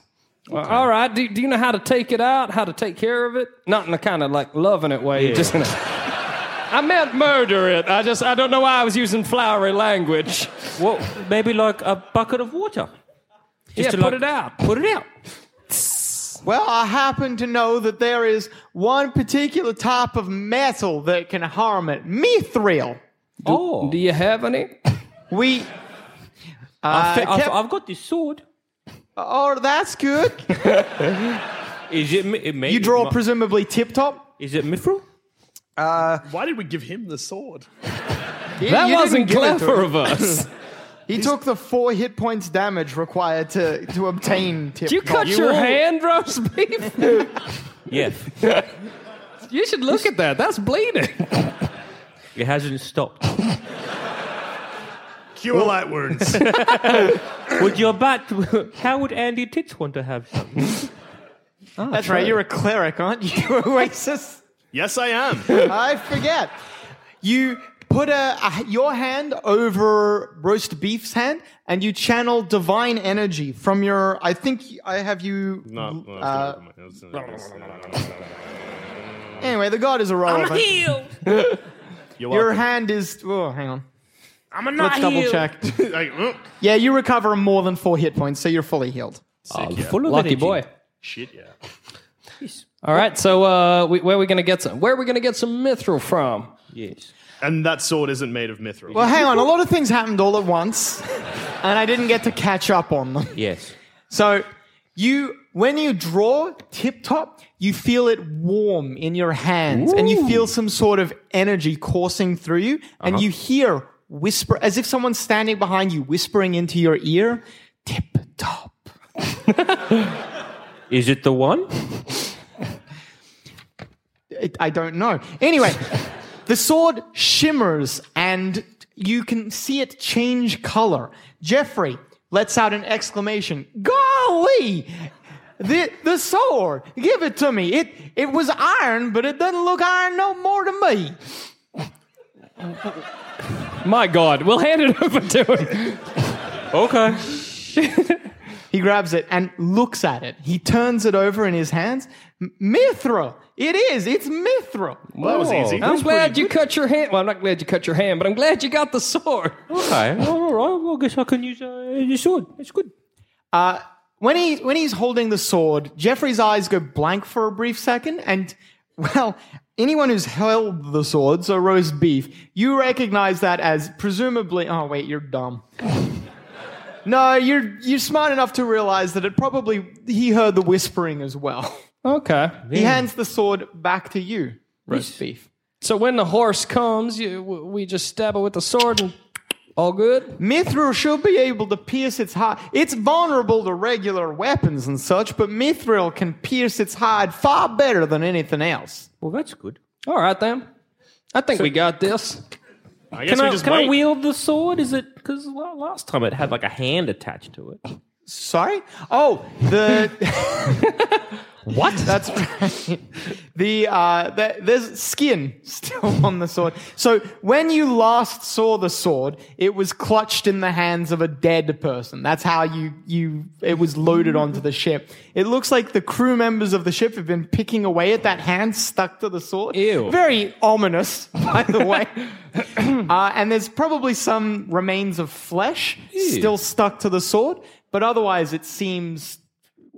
Speaker 4: Well, all right. Do, do you know how to take it out? How to take care of it? Not in a kind of like loving it way.
Speaker 2: Yeah.
Speaker 4: Just in a, I meant murder it. I just I don't know why I was using flowery language.
Speaker 2: Well, maybe like a bucket of water. Just
Speaker 4: yeah,
Speaker 2: to,
Speaker 4: put
Speaker 2: like,
Speaker 4: it out.
Speaker 2: Put it out.
Speaker 1: Well, I happen to know that there is one particular type of metal that can harm it. Mithril.
Speaker 2: oh,
Speaker 4: Do you have any?
Speaker 1: We.
Speaker 2: I fe-
Speaker 1: uh,
Speaker 2: I've,
Speaker 1: kept-
Speaker 2: I've got this sword.
Speaker 1: oh, that's good.
Speaker 2: Is it? mi- It may,
Speaker 1: You draw
Speaker 2: Is
Speaker 1: presumably tip top.
Speaker 2: it mithril?
Speaker 3: Why did we give him the sword?
Speaker 4: That wasn't clever of us.
Speaker 1: He took the four hit points damage required to, to obtain tip
Speaker 4: Did you cut your hand, roast beef?
Speaker 2: Yeah,
Speaker 4: you should look at that. That's bleeding.
Speaker 2: it hasn't stopped.
Speaker 3: Cure light wounds.
Speaker 2: would your bat? How would Andy Tits want to have some?
Speaker 1: That's right. You're a cleric, aren't you, Oasis?
Speaker 3: yes, I am.
Speaker 1: I forget. You put a, a- your hand over roast beef's hand, and you channel divine energy from your. I think I have you. uh, anyway, the god is irrelevant. Your hand is. Oh, hang on.
Speaker 2: I'm a
Speaker 1: Let's double check.
Speaker 3: Like, oh,
Speaker 1: Yeah, you recover more than four hit points, so you're fully healed.
Speaker 2: full of
Speaker 4: Lucky
Speaker 2: energy.
Speaker 4: boy.
Speaker 3: shit, yeah.
Speaker 4: All right. So uh, we, where are we going to get some? Where are we going to get some mithril from?
Speaker 2: Yes.
Speaker 3: And that sword isn't made of mithril.
Speaker 1: Well, hang on. A lot of things happened all at once, and I didn't get to catch up on them.
Speaker 2: Yes.
Speaker 1: So you, when you draw tip top, you feel it warm in your hands and you feel some sort of energy coursing through you and you hear whisper as if someone's standing behind you whispering into your ear, tip top.
Speaker 2: Is it the one?
Speaker 1: It- I don't know. Anyway, the sword shimmers and you can see it change color. Jeffrey lets out an exclamation Golly! The, the sword, give it to me. It it was iron, but it doesn't look iron no more to me.
Speaker 4: My God, we'll hand it over to him.
Speaker 2: Okay.
Speaker 1: He grabs it and looks at it. He turns it over in his hands. M- Mithril, it is. It's mithril.
Speaker 3: that was easy.
Speaker 4: I'm glad you cut your hand. Well, I'm not glad you cut your hand, but I'm glad you got the sword.
Speaker 2: Okay. All right. Well, I guess I can use uh, your sword. It's good.
Speaker 1: when he when he's holding the sword, Jeffrey's eyes go blank for a brief second, and well, anyone who's held the sword, so roast beef, you recognize that as presumably. Oh wait, you're dumb. no, you're you're smart enough to realize that it probably he heard the whispering as well.
Speaker 4: Okay.
Speaker 1: He hands the sword back to you, roast beef.
Speaker 4: So when the horse comes, you, w- we just stab it with the sword and all good?
Speaker 1: Mithril should be able to pierce its hide. It's vulnerable to regular weapons and such, but Mithril can pierce its hide far better than anything else.
Speaker 2: Well, that's good.
Speaker 4: All right, then. I think we got this.
Speaker 3: I guess
Speaker 2: Can,
Speaker 3: we
Speaker 2: I,
Speaker 3: just
Speaker 2: can
Speaker 3: wait.
Speaker 2: I wield the sword? Is it because well, last time it had like a hand attached to it?
Speaker 1: Sorry? Oh, the. what? That's right. The, uh, the there's skin still on the sword. So when you last saw the sword, it was clutched in the hands of a dead person. That's how you you it was loaded onto the ship. It looks like the crew members of the ship have been picking away at that hand stuck to the sword.
Speaker 4: Ew.
Speaker 1: Very ominous, by the way. Uh, and there's probably some remains of flesh still stuck to the sword, but otherwise it seems.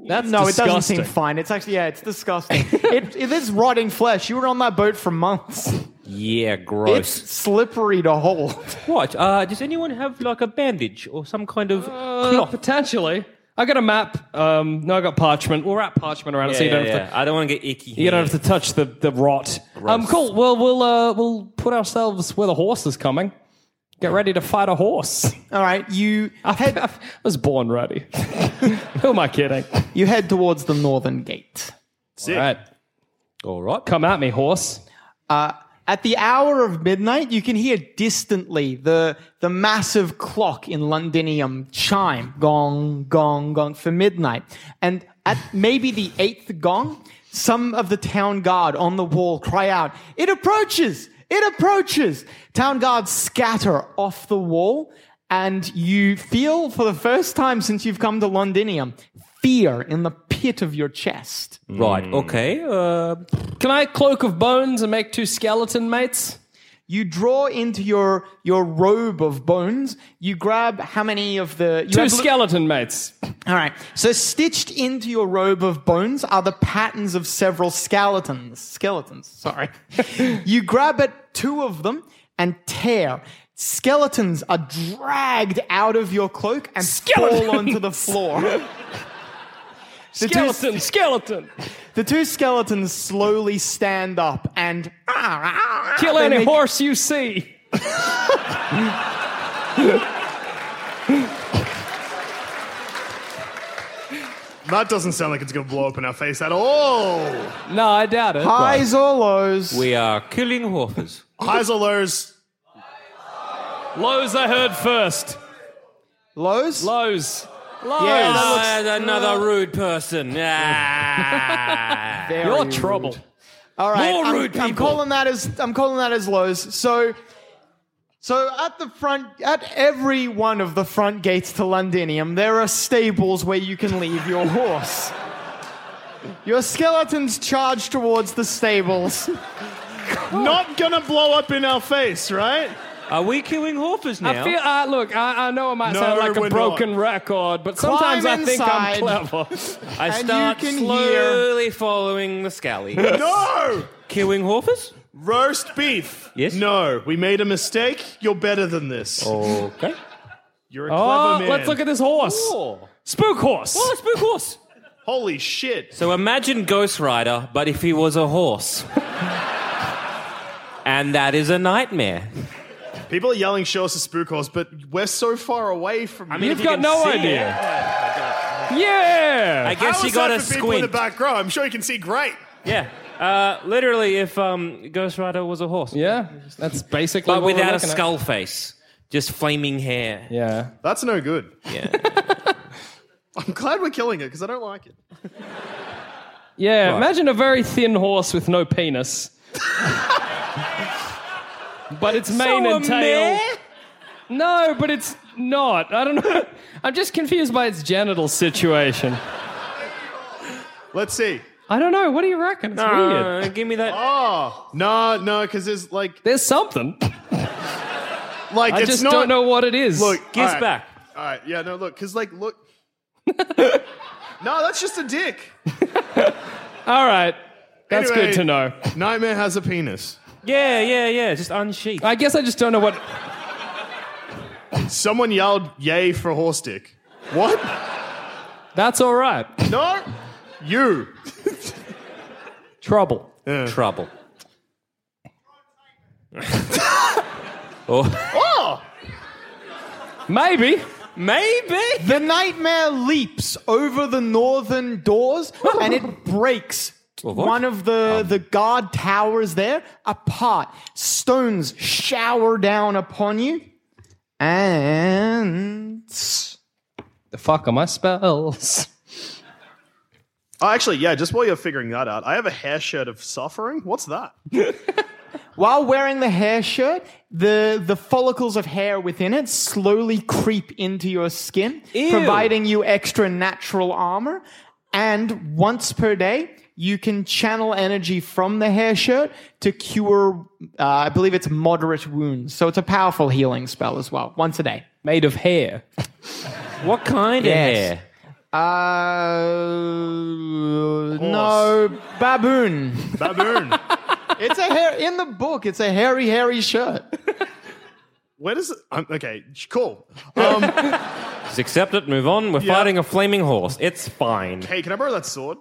Speaker 4: That's
Speaker 1: no, it doesn't
Speaker 4: disgusting.
Speaker 1: seem fine. It's actually, yeah, it's disgusting. it, it is rotting flesh. You were on that boat for months.
Speaker 2: Yeah,
Speaker 1: It's
Speaker 2: gross.
Speaker 1: slippery to hold.
Speaker 2: What? Uh, does anyone have like a bandage or some kind of
Speaker 4: Uh,
Speaker 2: cloth?
Speaker 4: potentially. I got a map. Um, no, I got parchment. We'll wrap parchment around it so you don't have to
Speaker 2: I don't want to get icky.
Speaker 4: You don't have to touch the, the rot. Um, cool. Well, we'll uh, we'll put ourselves where the horse is coming. Get ready to fight a horse.
Speaker 1: All right, you head. I
Speaker 4: was born ready. Who am I kidding?
Speaker 1: You head towards the northern gate.
Speaker 4: All right.
Speaker 2: All right.
Speaker 4: Come at me, horse.
Speaker 1: At the hour of midnight, you can hear distantly the, the massive clock in Londinium chime gong, gong, gong for midnight. And at maybe the eighth gong, some of the town guard on the wall cry out, It approaches! It approaches! Town guards scatter off the wall, and you feel for the first time since you've come to Londinium fear in the pit of your chest.
Speaker 2: Right. Okay. Uh,
Speaker 4: Can I cloak of bones and make two skeleton mates?
Speaker 1: You draw into your your robe of bones. You grab how many of the you
Speaker 4: Two
Speaker 1: have-
Speaker 4: skeleton mates.
Speaker 1: All right. So stitched into your robe of bones are the patterns of several skeletons. Skeletons. Sorry. you grab at two of them and tear. Skeletons are dragged out of your cloak and fall onto the floor. The two-
Speaker 4: Skeleton, skeleton.
Speaker 1: the two skeletons slowly stand up and
Speaker 4: Kill
Speaker 1: they
Speaker 4: any
Speaker 1: make-
Speaker 4: horse you see.
Speaker 3: That doesn't sound like it's going to blow up in our face at all.
Speaker 4: No, I doubt it.
Speaker 1: highs or lows.
Speaker 2: we are killing horses.
Speaker 3: Highs or lows?
Speaker 4: Lows I heard first.
Speaker 1: Lows.
Speaker 4: Lows.
Speaker 1: Yeah, Oh,
Speaker 4: Lows.
Speaker 1: that looks-
Speaker 2: There's another uh, rude person. Ah.
Speaker 1: Very
Speaker 4: You're
Speaker 1: rude.
Speaker 4: trouble.
Speaker 1: All right,
Speaker 2: More
Speaker 1: I'm,
Speaker 2: rude
Speaker 1: I'm
Speaker 2: people.
Speaker 1: calling that as I'm calling that as lows. So, so at the front, at every one of the front gates to Londinium, there are stables where you can leave your horse. Your skeletons charge towards the stables.
Speaker 2: Oh.
Speaker 3: Not going to blow up in our face, right?
Speaker 2: Are we killing horses now?
Speaker 4: I feel. Uh, look, I, I know I might
Speaker 3: No,
Speaker 4: sound like
Speaker 3: we're
Speaker 4: a
Speaker 3: not.
Speaker 4: broken record, but sometimes
Speaker 1: Climb
Speaker 4: I think
Speaker 1: inside.
Speaker 4: I'm clever.
Speaker 2: I
Speaker 1: and you
Speaker 2: start
Speaker 1: can
Speaker 2: slowly following the scally.
Speaker 3: No!
Speaker 2: killing horses?
Speaker 3: Roast beef.
Speaker 2: Yes? Oh.
Speaker 3: No, we made a mistake. You're better than this.
Speaker 2: Okay.
Speaker 3: You're a clever
Speaker 4: oh,
Speaker 3: man.
Speaker 4: let's look at this horse.
Speaker 2: Oh,
Speaker 4: Spook horse.
Speaker 2: oh spook horse.
Speaker 3: Holy shit.
Speaker 2: So imagine Ghost Rider, but if he was a horse. and that is a nightmare.
Speaker 3: People are yelling, show us a spook horse, but we're so far away from I
Speaker 2: mean,
Speaker 4: You've
Speaker 2: if you
Speaker 4: got
Speaker 2: can
Speaker 4: no
Speaker 2: see
Speaker 4: idea. Yeah.
Speaker 2: I guess you gotta
Speaker 3: people in the
Speaker 2: squint.
Speaker 3: back row. I'm sure you can see great.
Speaker 2: Yeah. Uh, literally, if um, Ghost Rider was a horse.
Speaker 4: yeah. That's basically.
Speaker 2: But
Speaker 4: what we're
Speaker 2: without a
Speaker 4: looking at.
Speaker 2: skull face, just flaming hair.
Speaker 4: Yeah.
Speaker 3: That's no good. Yeah. I'm glad we're killing it because I don't like it.
Speaker 4: Yeah. Imagine a very thin horse with no penis. but its mane
Speaker 2: So
Speaker 4: and
Speaker 2: a
Speaker 4: tail.
Speaker 2: mare?
Speaker 4: No, but it's not. I don't know. I'm just confused by its genital situation.
Speaker 3: Let's see.
Speaker 4: I don't know. What do you reckon? It's weird.
Speaker 2: Uh, give me that.
Speaker 3: Oh no, no, because there's like,
Speaker 4: There's something.
Speaker 3: like
Speaker 4: I
Speaker 3: it's
Speaker 4: just
Speaker 3: not.
Speaker 4: don't know what it is.
Speaker 3: Look,
Speaker 2: Give us
Speaker 3: alright,
Speaker 2: back.
Speaker 3: All right, yeah, no, look, because like, look. no, that's just a dick.
Speaker 4: All right. That's
Speaker 3: Anyway.
Speaker 4: good to know.
Speaker 3: Nightmare has a penis.
Speaker 2: Yeah, yeah, yeah. Just unsheath.
Speaker 4: I guess I just don't know what.
Speaker 3: Someone yelled, "Yay for a horse dick!" What?
Speaker 4: That's all right.
Speaker 3: No, you.
Speaker 4: Trouble.
Speaker 2: Trouble.
Speaker 5: Oh.
Speaker 3: Oh.
Speaker 4: Maybe.
Speaker 2: Maybe.
Speaker 1: The nightmare leaps over the northern doors and it breaks
Speaker 2: what?
Speaker 1: one of the, the guard towers there apart. Stones shower down upon you. And
Speaker 4: The fuck are my spells?
Speaker 3: Oh, actually, yeah. Just while you're figuring that out, I have a hair shirt of suffering. What's that?
Speaker 1: while wearing the hair shirt, the, the follicles of hair within it slowly creep into your skin, providing you extra natural armor. And once per day, you can channel energy from the hair shirt to cure, uh, I believe it's moderate wounds. So it's a powerful healing spell as well, once a day.
Speaker 4: Made of hair.
Speaker 2: What kind
Speaker 1: Yes.
Speaker 2: of hair?
Speaker 1: Uh, no, baboon.
Speaker 3: Baboon.
Speaker 1: It's a hair in the book. It's a hairy, hairy shirt.
Speaker 3: Where does it? Um, okay, cool. Um,
Speaker 2: Just accept it. Move on. We're
Speaker 3: Yeah.
Speaker 2: fighting a flaming horse. It's fine.
Speaker 3: hey, can I borrow that sword?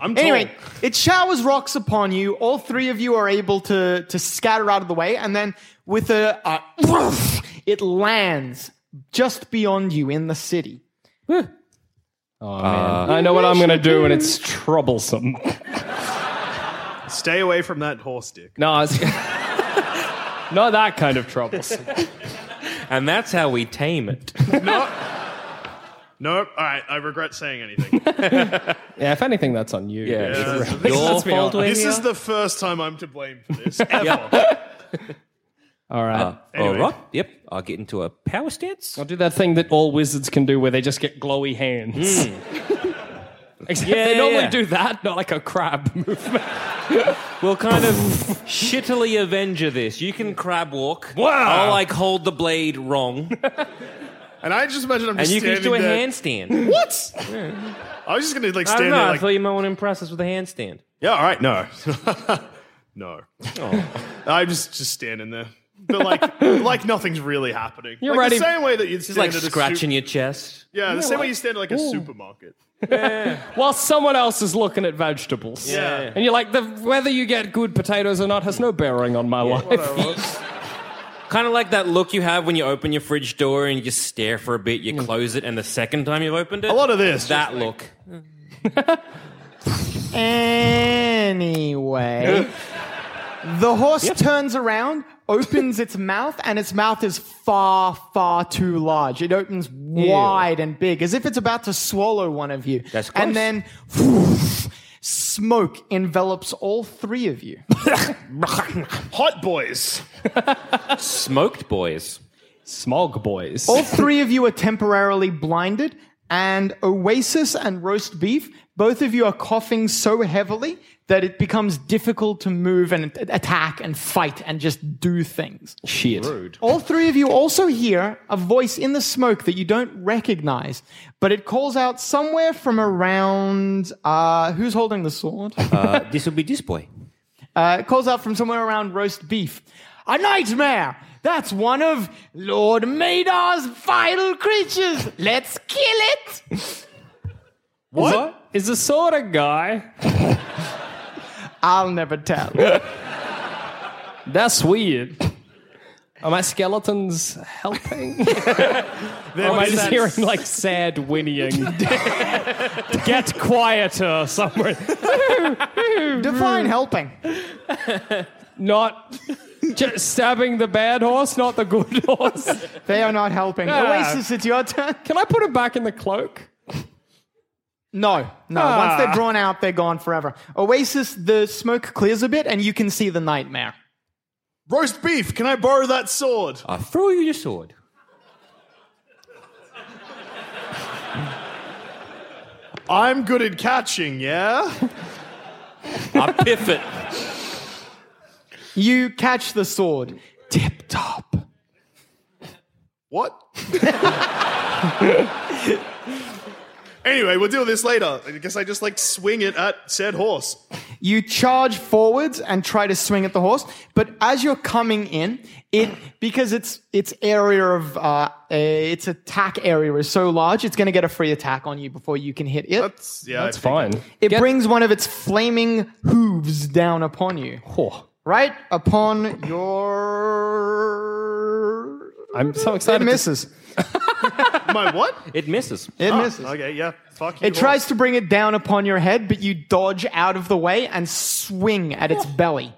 Speaker 3: I'm tall.
Speaker 1: Anyway, it showers rocks upon you. All three of you are able to to scatter out of the way, and then with a, a it lands just beyond you in the city.
Speaker 4: Oh, man. I know what I'm going to do, and it's troublesome.
Speaker 3: Stay away from that horse dick.
Speaker 4: No, it's not that kind of troublesome.
Speaker 5: And that's how we tame it.
Speaker 3: Nope. All right. I regret saying anything.
Speaker 4: Yeah, if anything, that's on you.
Speaker 5: Yeah.
Speaker 3: Yeah, this-
Speaker 5: Your fault, we're
Speaker 3: this
Speaker 5: here?
Speaker 3: is the first time I'm to blame for this ever.
Speaker 4: All right.
Speaker 5: Ah.
Speaker 3: Anyway.
Speaker 5: All right. Yep. I'll get into a power stance.
Speaker 4: I'll do that thing that all wizards can do where they just get glowy hands. Except
Speaker 5: Hmm. Yeah,
Speaker 4: they
Speaker 5: yeah,
Speaker 4: normally
Speaker 5: yeah.
Speaker 4: do that, not like a crab movement.
Speaker 5: We'll kind of shittily avenger this. You can crab walk.
Speaker 4: Wow.
Speaker 5: I'll like hold the blade wrong,
Speaker 3: And I just imagine I'm
Speaker 5: and
Speaker 3: just
Speaker 5: you can
Speaker 3: standing
Speaker 5: just do a
Speaker 3: there.
Speaker 5: handstand.
Speaker 3: What? I was just gonna like
Speaker 5: I don't know.
Speaker 3: stand there
Speaker 5: I
Speaker 3: like
Speaker 5: thought you might want to impress us with a handstand.
Speaker 3: Yeah, all right, no. no. I'm just just standing there. But like like nothing's really happening. You're
Speaker 4: ready-
Speaker 3: the same way that you'd
Speaker 5: Just
Speaker 3: stand
Speaker 5: like
Speaker 3: at a su-
Speaker 5: scratching your chest.
Speaker 3: Yeah, the same way you stand at like a supermarket.
Speaker 4: While someone else is looking at vegetables.
Speaker 3: Yeah.
Speaker 4: And you're like, the, whether you get good potatoes or not has no bearing on my life.
Speaker 5: Kind of like that look you have when you open your fridge door and you just stare for a bit, you close it, and the second time you've opened it,
Speaker 3: Mm. A lot of this,
Speaker 5: that look.
Speaker 1: Anyway, the horse turns around, opens its mouth, and its mouth is far, far too large. It opens wide and big, as if it's about to swallow one of you.
Speaker 5: That's close.
Speaker 1: And then smoke envelops all three of you.
Speaker 3: Hot boys.
Speaker 5: Smoked boys.
Speaker 4: Smog boys.
Speaker 1: All three of you are temporarily blinded, and Oasis and Roast Beef, both of you are coughing so heavily that it becomes difficult to move and a- attack and fight and just do things.
Speaker 4: Shit.
Speaker 1: All three of you also hear a voice in the smoke that you don't recognize, but it calls out somewhere from around. Uh, who's holding the sword?
Speaker 5: Uh, this will be this boy.
Speaker 1: Uh, it calls out from somewhere around roast beef. A nightmare! That's one of Lord Madar's vital creatures! Let's kill it!
Speaker 4: What? Is the sort of guy.
Speaker 1: I'll never tell.
Speaker 4: That's weird. Are my skeletons helping? Or am I just hearing like sad whinnying? Get quieter somewhere.
Speaker 1: Define helping.
Speaker 4: Not just stabbing the bad horse, not the good horse.
Speaker 1: They are not helping.
Speaker 4: Ah.
Speaker 1: Oasis, it's your turn.
Speaker 4: Can I put him back in the cloak?
Speaker 1: No, no.
Speaker 4: Ah.
Speaker 1: Once they're drawn out, they're gone forever. Oasis, the smoke clears a bit and you can see the nightmare.
Speaker 3: Roast beef, can I borrow that sword?
Speaker 5: I throw you your sword.
Speaker 3: I'm good at catching, yeah?
Speaker 5: I piff it.
Speaker 1: You catch the sword. Tip top.
Speaker 3: What? anyway, we'll deal with this later. I guess I just like swing it at said horse.
Speaker 1: You charge forwards and try to swing at the horse, but as you're coming in, it because its its area of uh, eh, its attack area is so large, it's going to get a free attack on you before you can hit it.
Speaker 3: That's yeah.
Speaker 4: That's
Speaker 3: I figured.
Speaker 4: fine.
Speaker 1: it brings one of its flaming hooves down upon you,
Speaker 4: Oh,
Speaker 1: right upon your.
Speaker 4: I'm so
Speaker 1: It
Speaker 4: excited. to-
Speaker 1: misses. Ah.
Speaker 3: My what?
Speaker 5: It misses.
Speaker 1: It
Speaker 3: Oh,
Speaker 1: misses.
Speaker 3: Okay, yeah. Fuck you.
Speaker 1: It tries to bring it down upon your head, but you dodge out of the way and swing at its belly.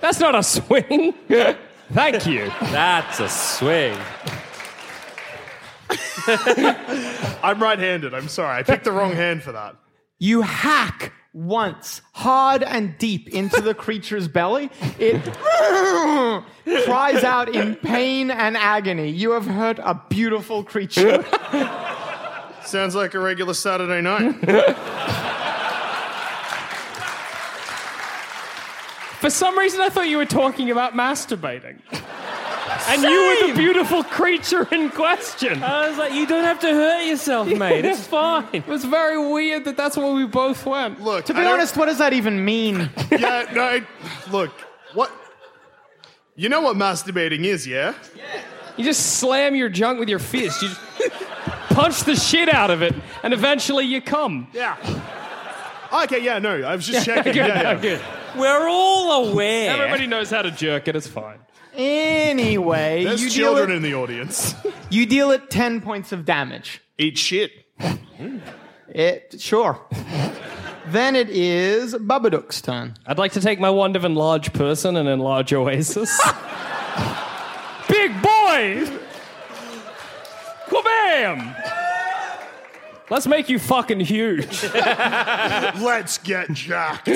Speaker 4: That's not a swing. Thank you.
Speaker 5: That's a swing.
Speaker 3: I'm right-handed. I'm sorry. I picked the wrong hand for that.
Speaker 1: You hack once hard and deep into the creature's belly. It cries out in pain and agony. You have hurt a beautiful creature.
Speaker 3: Sounds like a regular Saturday night.
Speaker 4: For some reason, I thought you were talking about masturbating. And you were the beautiful creature in question.
Speaker 5: I was like, you don't have to hurt yourself, mate. It's fine.
Speaker 4: It was very weird that that's where we both went.
Speaker 3: Look,
Speaker 1: to be
Speaker 3: I don't-
Speaker 1: honest, what does that even mean?
Speaker 3: yeah, no. I- look, what? You know what masturbating is, yeah?
Speaker 4: You just slam your junk with your fist. You just punch the shit out of it, and eventually you come.
Speaker 3: Yeah. Okay, yeah, no. I was just checking. yeah, yeah.
Speaker 4: good.
Speaker 5: We're all aware.
Speaker 4: Everybody knows how to jerk it. It's fine.
Speaker 1: Anyway,
Speaker 3: There's
Speaker 1: you deal,
Speaker 3: children
Speaker 1: at,
Speaker 3: in the audience.
Speaker 1: you deal at 10 points of damage.
Speaker 3: Eat shit.
Speaker 1: It Sure. then it is Babadook's turn.
Speaker 4: I'd like to take my wand of enlarge person and enlarge oasis. Big boy! Kabam! Let's make you fucking huge.
Speaker 3: Let's get jacked.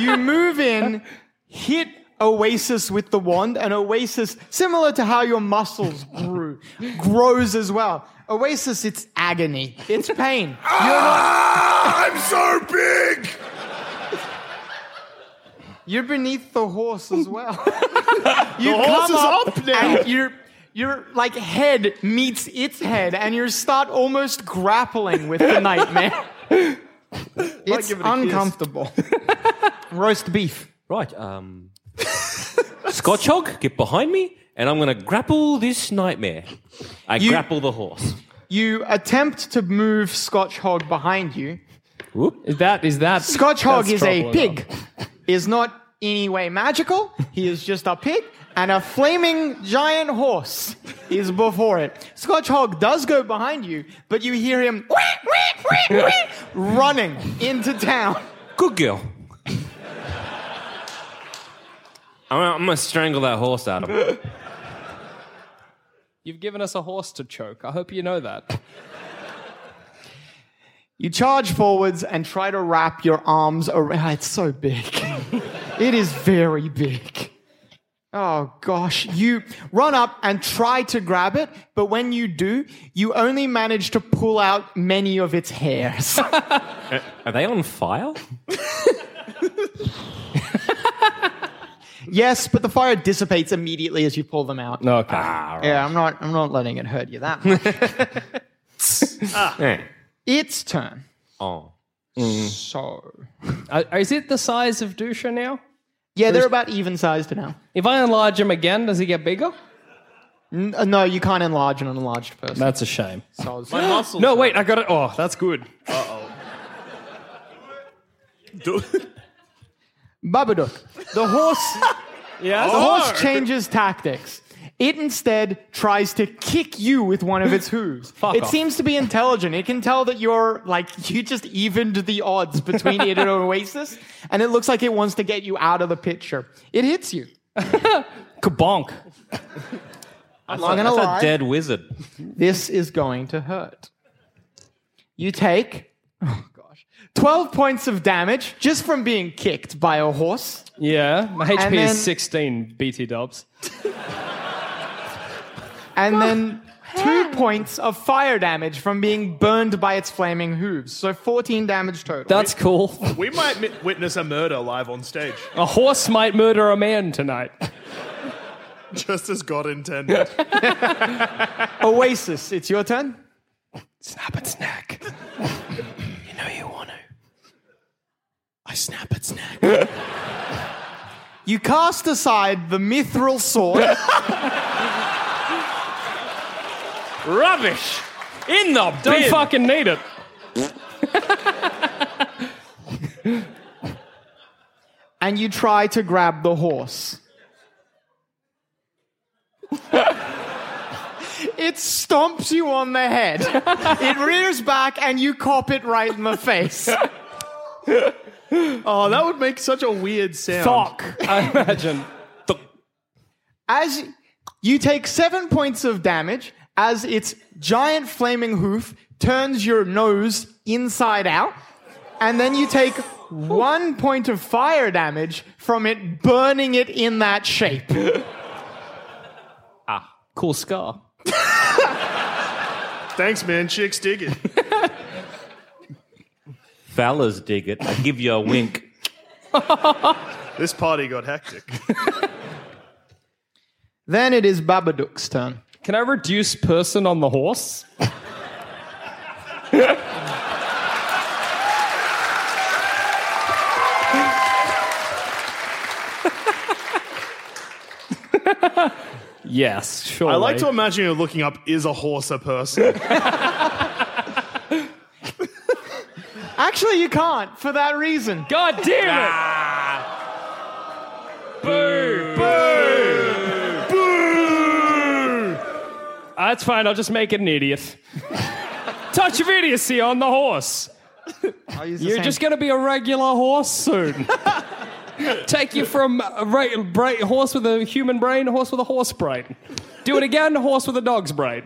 Speaker 1: you move in, hit Oasis with the wand, and Oasis, similar to how your muscles grew, grows as well. Oasis, it's agony. It's pain. You're not,
Speaker 3: Ah, I'm so big.
Speaker 1: you're beneath the horse as well. you
Speaker 3: The horse is up now.
Speaker 1: and your your like head meets its head, and you start almost grappling with the nightmare. it's
Speaker 3: give it a kiss.
Speaker 1: uncomfortable. Roast beef.
Speaker 2: Right, um. Scotch hog, get behind me, and I'm going to grapple this nightmare. I
Speaker 1: You-
Speaker 2: grapple the horse.
Speaker 1: You attempt to move Scotch Hog behind you.
Speaker 4: Is that is that
Speaker 1: Scotch Hog
Speaker 4: that's
Speaker 1: is a
Speaker 4: troubling.
Speaker 1: pig. Is not any way magical. He is just a pig. And a flaming giant horse is before it. Scotch Hog does go behind you, but you hear him "Wheat, wheat, wheat, wheat," running into town.
Speaker 2: Good girl.
Speaker 5: I'm, I'm gonna strangle that horse out of him.
Speaker 4: You've given us a horse to choke. I hope you know that.
Speaker 1: You charge forwards and try to wrap your arms around. It's so big. it is very big. Oh gosh. You run up and try to grab it, but when you do, you only manage to pull out many of its hairs.
Speaker 2: Are they on fire?
Speaker 1: yes, but the fire dissipates immediately as you pull them out.
Speaker 4: Okay.
Speaker 1: Yeah, I'm not I'm not letting it hurt you that much.
Speaker 2: Yeah.
Speaker 1: its turn.
Speaker 2: Oh.
Speaker 1: So
Speaker 4: Uh, is it the size of Dusha now?
Speaker 1: Yeah, they're about even sized now.
Speaker 4: If I enlarge him again, does he get bigger?
Speaker 1: N- uh, no, you can't enlarge an enlarged person.
Speaker 4: That's a shame.
Speaker 1: So-
Speaker 4: No, wait, I got it. Oh, that's good.
Speaker 1: Babadook. The horse. The horse changes tactics. It instead tries to kick you with one of its hooves. it
Speaker 4: off.
Speaker 1: seems to be intelligent. It can tell that you're like you just evened the odds between it and Oasis, and it looks like it wants to get you out of the picture. It hits you.
Speaker 4: Kabonk.
Speaker 1: I'm not gonna lie.
Speaker 2: Dead wizard.
Speaker 1: This is going to hurt. You take oh gosh, twelve points of damage just from being kicked by a horse.
Speaker 4: Yeah, my HP
Speaker 1: then-
Speaker 4: is 16 BT dubs.
Speaker 1: and then two points of fire damage from being burned by its flaming hooves. So 14 damage total.
Speaker 4: That's cool.
Speaker 3: We might mi- witness a murder live on stage,
Speaker 4: A horse might murder a man tonight.
Speaker 3: just as God intended.
Speaker 1: Oasis, it's your turn.
Speaker 4: Snap at snack. you know you want to. I snap at snack.
Speaker 1: You cast aside the mithril sword.
Speaker 5: Rubbish. In the
Speaker 4: Don't
Speaker 5: bin.
Speaker 4: fucking need it.
Speaker 1: and you try to grab the horse. it stomps you on the head. It rears back and you cop it right in the face.
Speaker 3: oh, that would make such a weird sound.
Speaker 4: Fuck. I imagine.
Speaker 1: As you take seven points of damage, as its giant flaming hoof turns your nose inside out, and then you take one point of fire damage from it burning it in that shape.
Speaker 4: Cool scar.
Speaker 3: Thanks, man. Chicks dig it.
Speaker 2: Fellas dig it. I give you a wink.
Speaker 3: This party got hectic.
Speaker 1: Then it is Babadook's turn.
Speaker 4: Can I reduce person on the horse? yes, sure.
Speaker 3: I like to imagine you're looking up is a horse a person?
Speaker 1: Actually, you can't for that reason.
Speaker 4: God damn it! Nah, Ah, that's fine. I'll just make it an idiot. Touch of idiocy on the horse. You're just going to be a regular horse soon. Take you from a ra- bra- horse with a human brain, to horse with a horse brain. Do it again, horse with a dog's brain.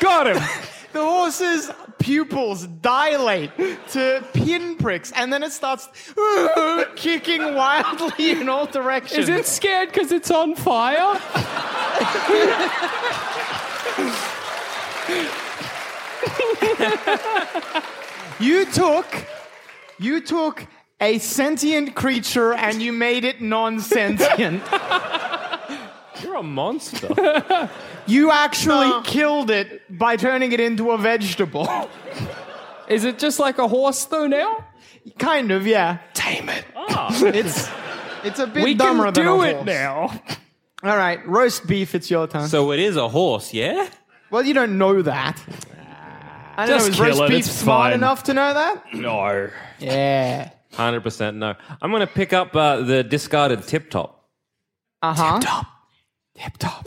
Speaker 4: Got him.
Speaker 1: The horse's pupils dilate to pinpricks, and then it starts kicking wildly in all directions.
Speaker 4: Is it scared because it's on fire?
Speaker 1: You took, you took a sentient creature and you made it non-sentient.
Speaker 2: You're a monster.
Speaker 1: you actually killed it by turning it into a vegetable.
Speaker 4: Is it just like a horse though now?
Speaker 1: kind of, yeah. Ah.
Speaker 4: Tame it.
Speaker 1: It's, it's a bit
Speaker 4: we
Speaker 1: dumber
Speaker 4: can
Speaker 1: than
Speaker 4: do
Speaker 1: a
Speaker 4: it
Speaker 1: horse.
Speaker 4: now.
Speaker 1: All right, roast beef. It's your turn.
Speaker 2: so it is a horse, yeah?
Speaker 1: well, you don't know that. I don't
Speaker 4: Ah. Just
Speaker 1: know. Is roast
Speaker 4: kill it,
Speaker 1: beef
Speaker 4: it's
Speaker 1: smart
Speaker 4: fine.
Speaker 1: enough to know that?
Speaker 4: No.
Speaker 1: Yeah.
Speaker 2: 100% no. I'm going to pick up uh, the discarded tip top.
Speaker 1: Uh huh.
Speaker 4: Tip top.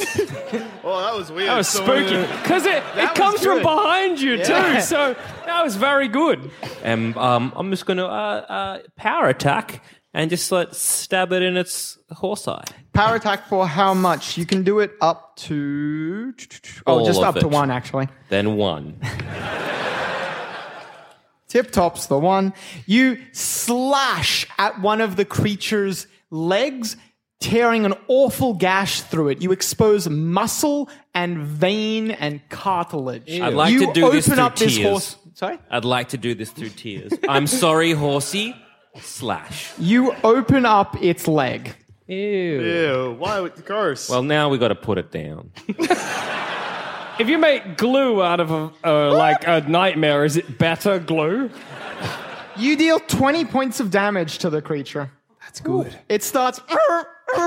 Speaker 3: Oh, that was weird.
Speaker 4: That was spooky. Because it, it
Speaker 3: was
Speaker 4: comes from
Speaker 3: good.
Speaker 4: behind you
Speaker 1: Yeah.
Speaker 4: too. So that was very good.
Speaker 2: And um, I'm just going to uh, uh, power attack and just like stab it in its horse eye.
Speaker 1: Power attack for how much? You can do it up to. Oh,
Speaker 2: All
Speaker 1: just
Speaker 2: of
Speaker 1: up to
Speaker 2: it.
Speaker 1: one, actually.
Speaker 2: Then one.
Speaker 1: Tip top's the one. You slash at one of the creature's legs, tearing an awful gash through it. You expose muscle and vein and cartilage.
Speaker 2: I'd like
Speaker 1: you
Speaker 2: to do
Speaker 1: open
Speaker 2: this through
Speaker 1: up this
Speaker 2: tears.
Speaker 1: horse. Sorry?
Speaker 2: I'd like to do this through tears. I'm sorry, horsey. Slash.
Speaker 1: You open up its leg.
Speaker 3: Ew, why would gross?
Speaker 2: Well, now we got to put it down.
Speaker 4: If you make glue out of a, uh, like a nightmare, is it better glue?
Speaker 1: You deal 20 points of damage to the creature.
Speaker 4: That's good.
Speaker 1: It starts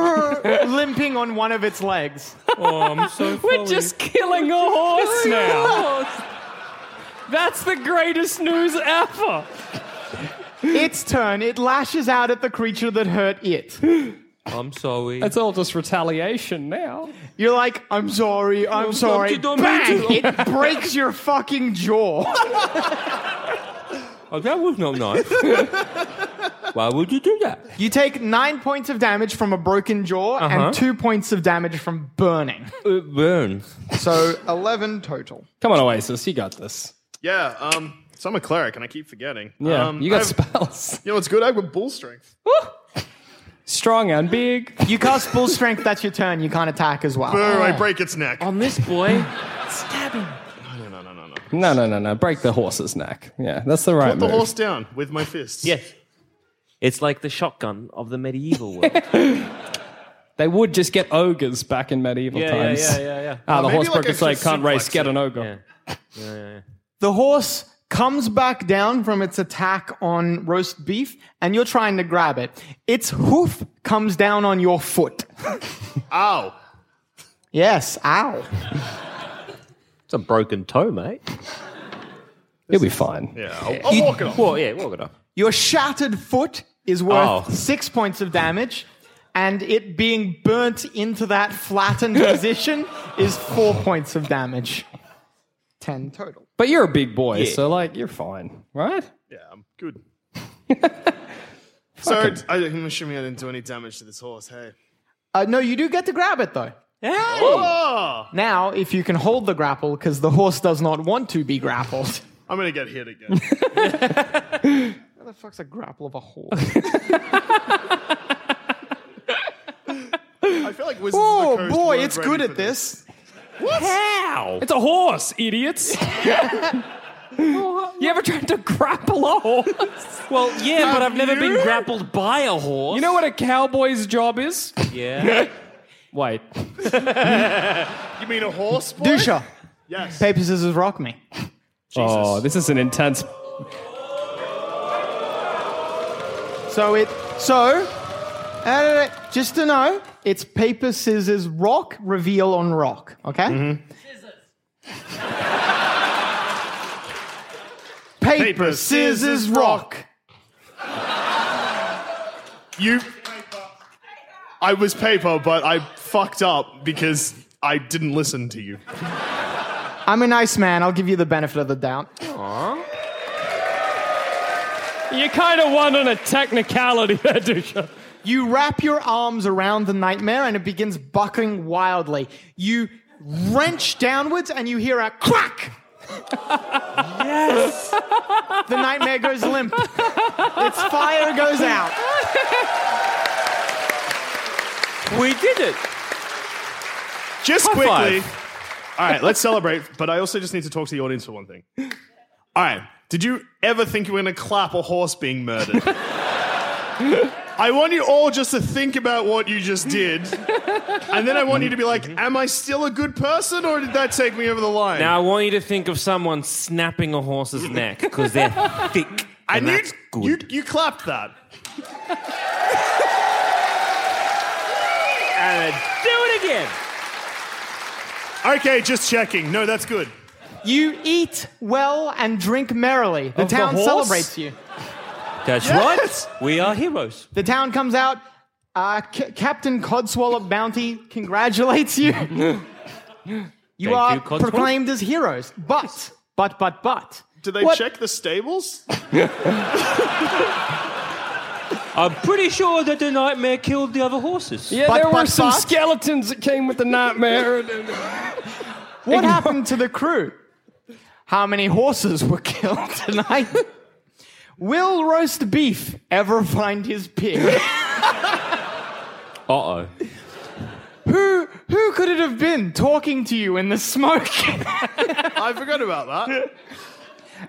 Speaker 1: limping on one of its legs.
Speaker 2: Oh, I'm so
Speaker 4: We're just killing a horse now. That's the greatest news ever.
Speaker 1: Its turn, it lashes out at the creature that hurt it.
Speaker 2: I'm sorry.
Speaker 4: It's all just retaliation now.
Speaker 1: You're like, I'm sorry, I'm sorry.
Speaker 2: you don't
Speaker 1: Bang!
Speaker 2: mean
Speaker 1: It breaks your fucking jaw.
Speaker 2: Oh, that was not nice. Why would you do that?
Speaker 1: You take nine points of damage from a broken jaw
Speaker 2: Uh-huh.
Speaker 1: and two points of damage from burning.
Speaker 2: It burns.
Speaker 1: So 11 total.
Speaker 4: Come on, Oasis, you got this.
Speaker 3: yeah, um, so I'm a cleric and I keep forgetting.
Speaker 4: Yeah,
Speaker 3: um,
Speaker 4: you got
Speaker 3: I've-
Speaker 4: spells.
Speaker 3: you know what's good? I've got bull strength.
Speaker 4: Strong and big.
Speaker 1: You cast full strength, that's your turn. You can't attack as well.
Speaker 3: Boo,
Speaker 4: Oh.
Speaker 3: I break its neck.
Speaker 2: On this boy,
Speaker 3: no, no, no, no, no.
Speaker 4: No, no, no, no. Break the horse's neck. Yeah, that's the right
Speaker 3: Put the
Speaker 4: move.
Speaker 3: horse down with my fists.
Speaker 2: yes. It's like the shotgun of the medieval world.
Speaker 4: They would just get ogres back in medieval times.
Speaker 2: yeah.
Speaker 4: Ah, the
Speaker 3: maybe
Speaker 4: horse
Speaker 3: like
Speaker 4: broke its
Speaker 3: a
Speaker 4: leg, can't race,
Speaker 3: suplex
Speaker 4: get
Speaker 3: it.
Speaker 4: an ogre.
Speaker 1: The horse comes back down from its attack on roast beef, and you're trying to grab it. Its hoof comes down on your foot.
Speaker 3: Ow.
Speaker 1: Yes, ow.
Speaker 2: It's a broken toe, mate.
Speaker 4: You'll be fine.
Speaker 3: Yeah, I'll, I'll walk it off.
Speaker 2: Well, yeah, walk it up.
Speaker 1: Your shattered foot is worth
Speaker 2: Oh.
Speaker 1: six points of damage, and it being burnt into that flattened position is four points of damage. Ten total.
Speaker 4: But you're a big boy, so like you're fine, right?
Speaker 3: Yeah, I'm good. so it's- I, I'm assuming I didn't do any damage to this horse. Hey.
Speaker 1: Uh, no, you do get to grab it though.
Speaker 3: Oh,
Speaker 1: Now, if you can hold the grapple, because the horse does not want to be grappled.
Speaker 3: I'm gonna get hit again.
Speaker 1: How the fuck's a grapple of a horse?
Speaker 3: I feel like Wizards of the
Speaker 1: oh
Speaker 3: Coast
Speaker 1: boy,
Speaker 3: weren't
Speaker 1: it's
Speaker 3: ready
Speaker 1: good
Speaker 3: for
Speaker 1: at this.
Speaker 2: How?
Speaker 4: It's a horse, idiots. you ever tried to grapple a horse?
Speaker 2: Well, yeah, but I've never
Speaker 3: you?
Speaker 2: been grappled by a horse.
Speaker 4: You know what a cowboy's job is?
Speaker 2: Yeah.
Speaker 4: Wait.
Speaker 3: You mean a horse? Boy?
Speaker 1: Dusha,
Speaker 3: Yes.
Speaker 1: paper, scissors, rock me.
Speaker 4: Oh, this is an intense.
Speaker 1: So it. So. uh, just to know, it's paper, scissors, rock, reveal on rock, okay?
Speaker 3: Mm-hmm.
Speaker 1: Paper,
Speaker 3: Paper,
Speaker 1: scissors,
Speaker 3: scissors,
Speaker 1: rock.
Speaker 3: You. I was paper, but I fucked up because I didn't listen to you.
Speaker 1: I'm a nice man. I'll give you the benefit of the doubt.
Speaker 4: You kind of won on a technicality there, Dusha.
Speaker 1: You wrap your arms around the nightmare and it begins bucking wildly. You wrench downwards and you hear a crack. yes! the nightmare goes limp. Its fire goes out.
Speaker 2: We did it.
Speaker 3: Just
Speaker 2: High
Speaker 3: quickly. All right, let's celebrate. But I also just need to talk to the audience for one thing. All right, did you ever think you were going to clap a horse being murdered? I want you all just to think about what you just did. And then I want you to be like,
Speaker 1: Mm-hmm.
Speaker 3: am I still a good person or did that take me over the line?
Speaker 2: Now I want you to think of someone snapping a horse's neck because they're thick.
Speaker 3: and
Speaker 2: And
Speaker 3: you,
Speaker 2: that's good.
Speaker 3: you you clapped that.
Speaker 2: And do it again.
Speaker 3: Okay, just checking. No, that's good.
Speaker 1: You eat well and drink merrily. The
Speaker 3: the
Speaker 1: town
Speaker 3: horse?
Speaker 1: celebrates you.
Speaker 2: That's
Speaker 3: Yes!
Speaker 2: right. We are heroes.
Speaker 1: The town comes out. Uh, C- Captain Codswallop Bounty congratulates you. you
Speaker 2: Thank
Speaker 1: are
Speaker 2: you, Codswallop.
Speaker 1: proclaimed as heroes. But, but, but, but.
Speaker 3: Do they
Speaker 1: What?
Speaker 3: check the stables?
Speaker 2: I'm pretty sure that the nightmare killed the other horses.
Speaker 4: Yeah,
Speaker 1: But-
Speaker 4: there were
Speaker 1: but-
Speaker 4: some
Speaker 1: but-
Speaker 4: skeletons that came with the nightmare.
Speaker 1: What happened to the crew? How many horses were killed tonight? Will roast beef ever find his pig?
Speaker 2: Uh oh.
Speaker 1: who who could it have been talking to you in the smoke?
Speaker 3: I forgot about that.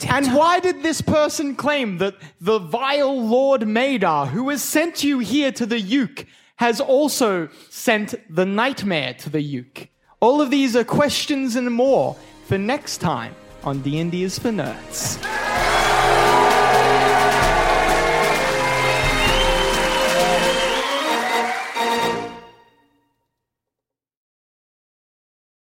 Speaker 1: and why did this person claim that the vile Lord Madar, who has sent you here to the Uke, has also sent the nightmare to the Uke? All of these are questions and more for next time on D&D is for Nerds.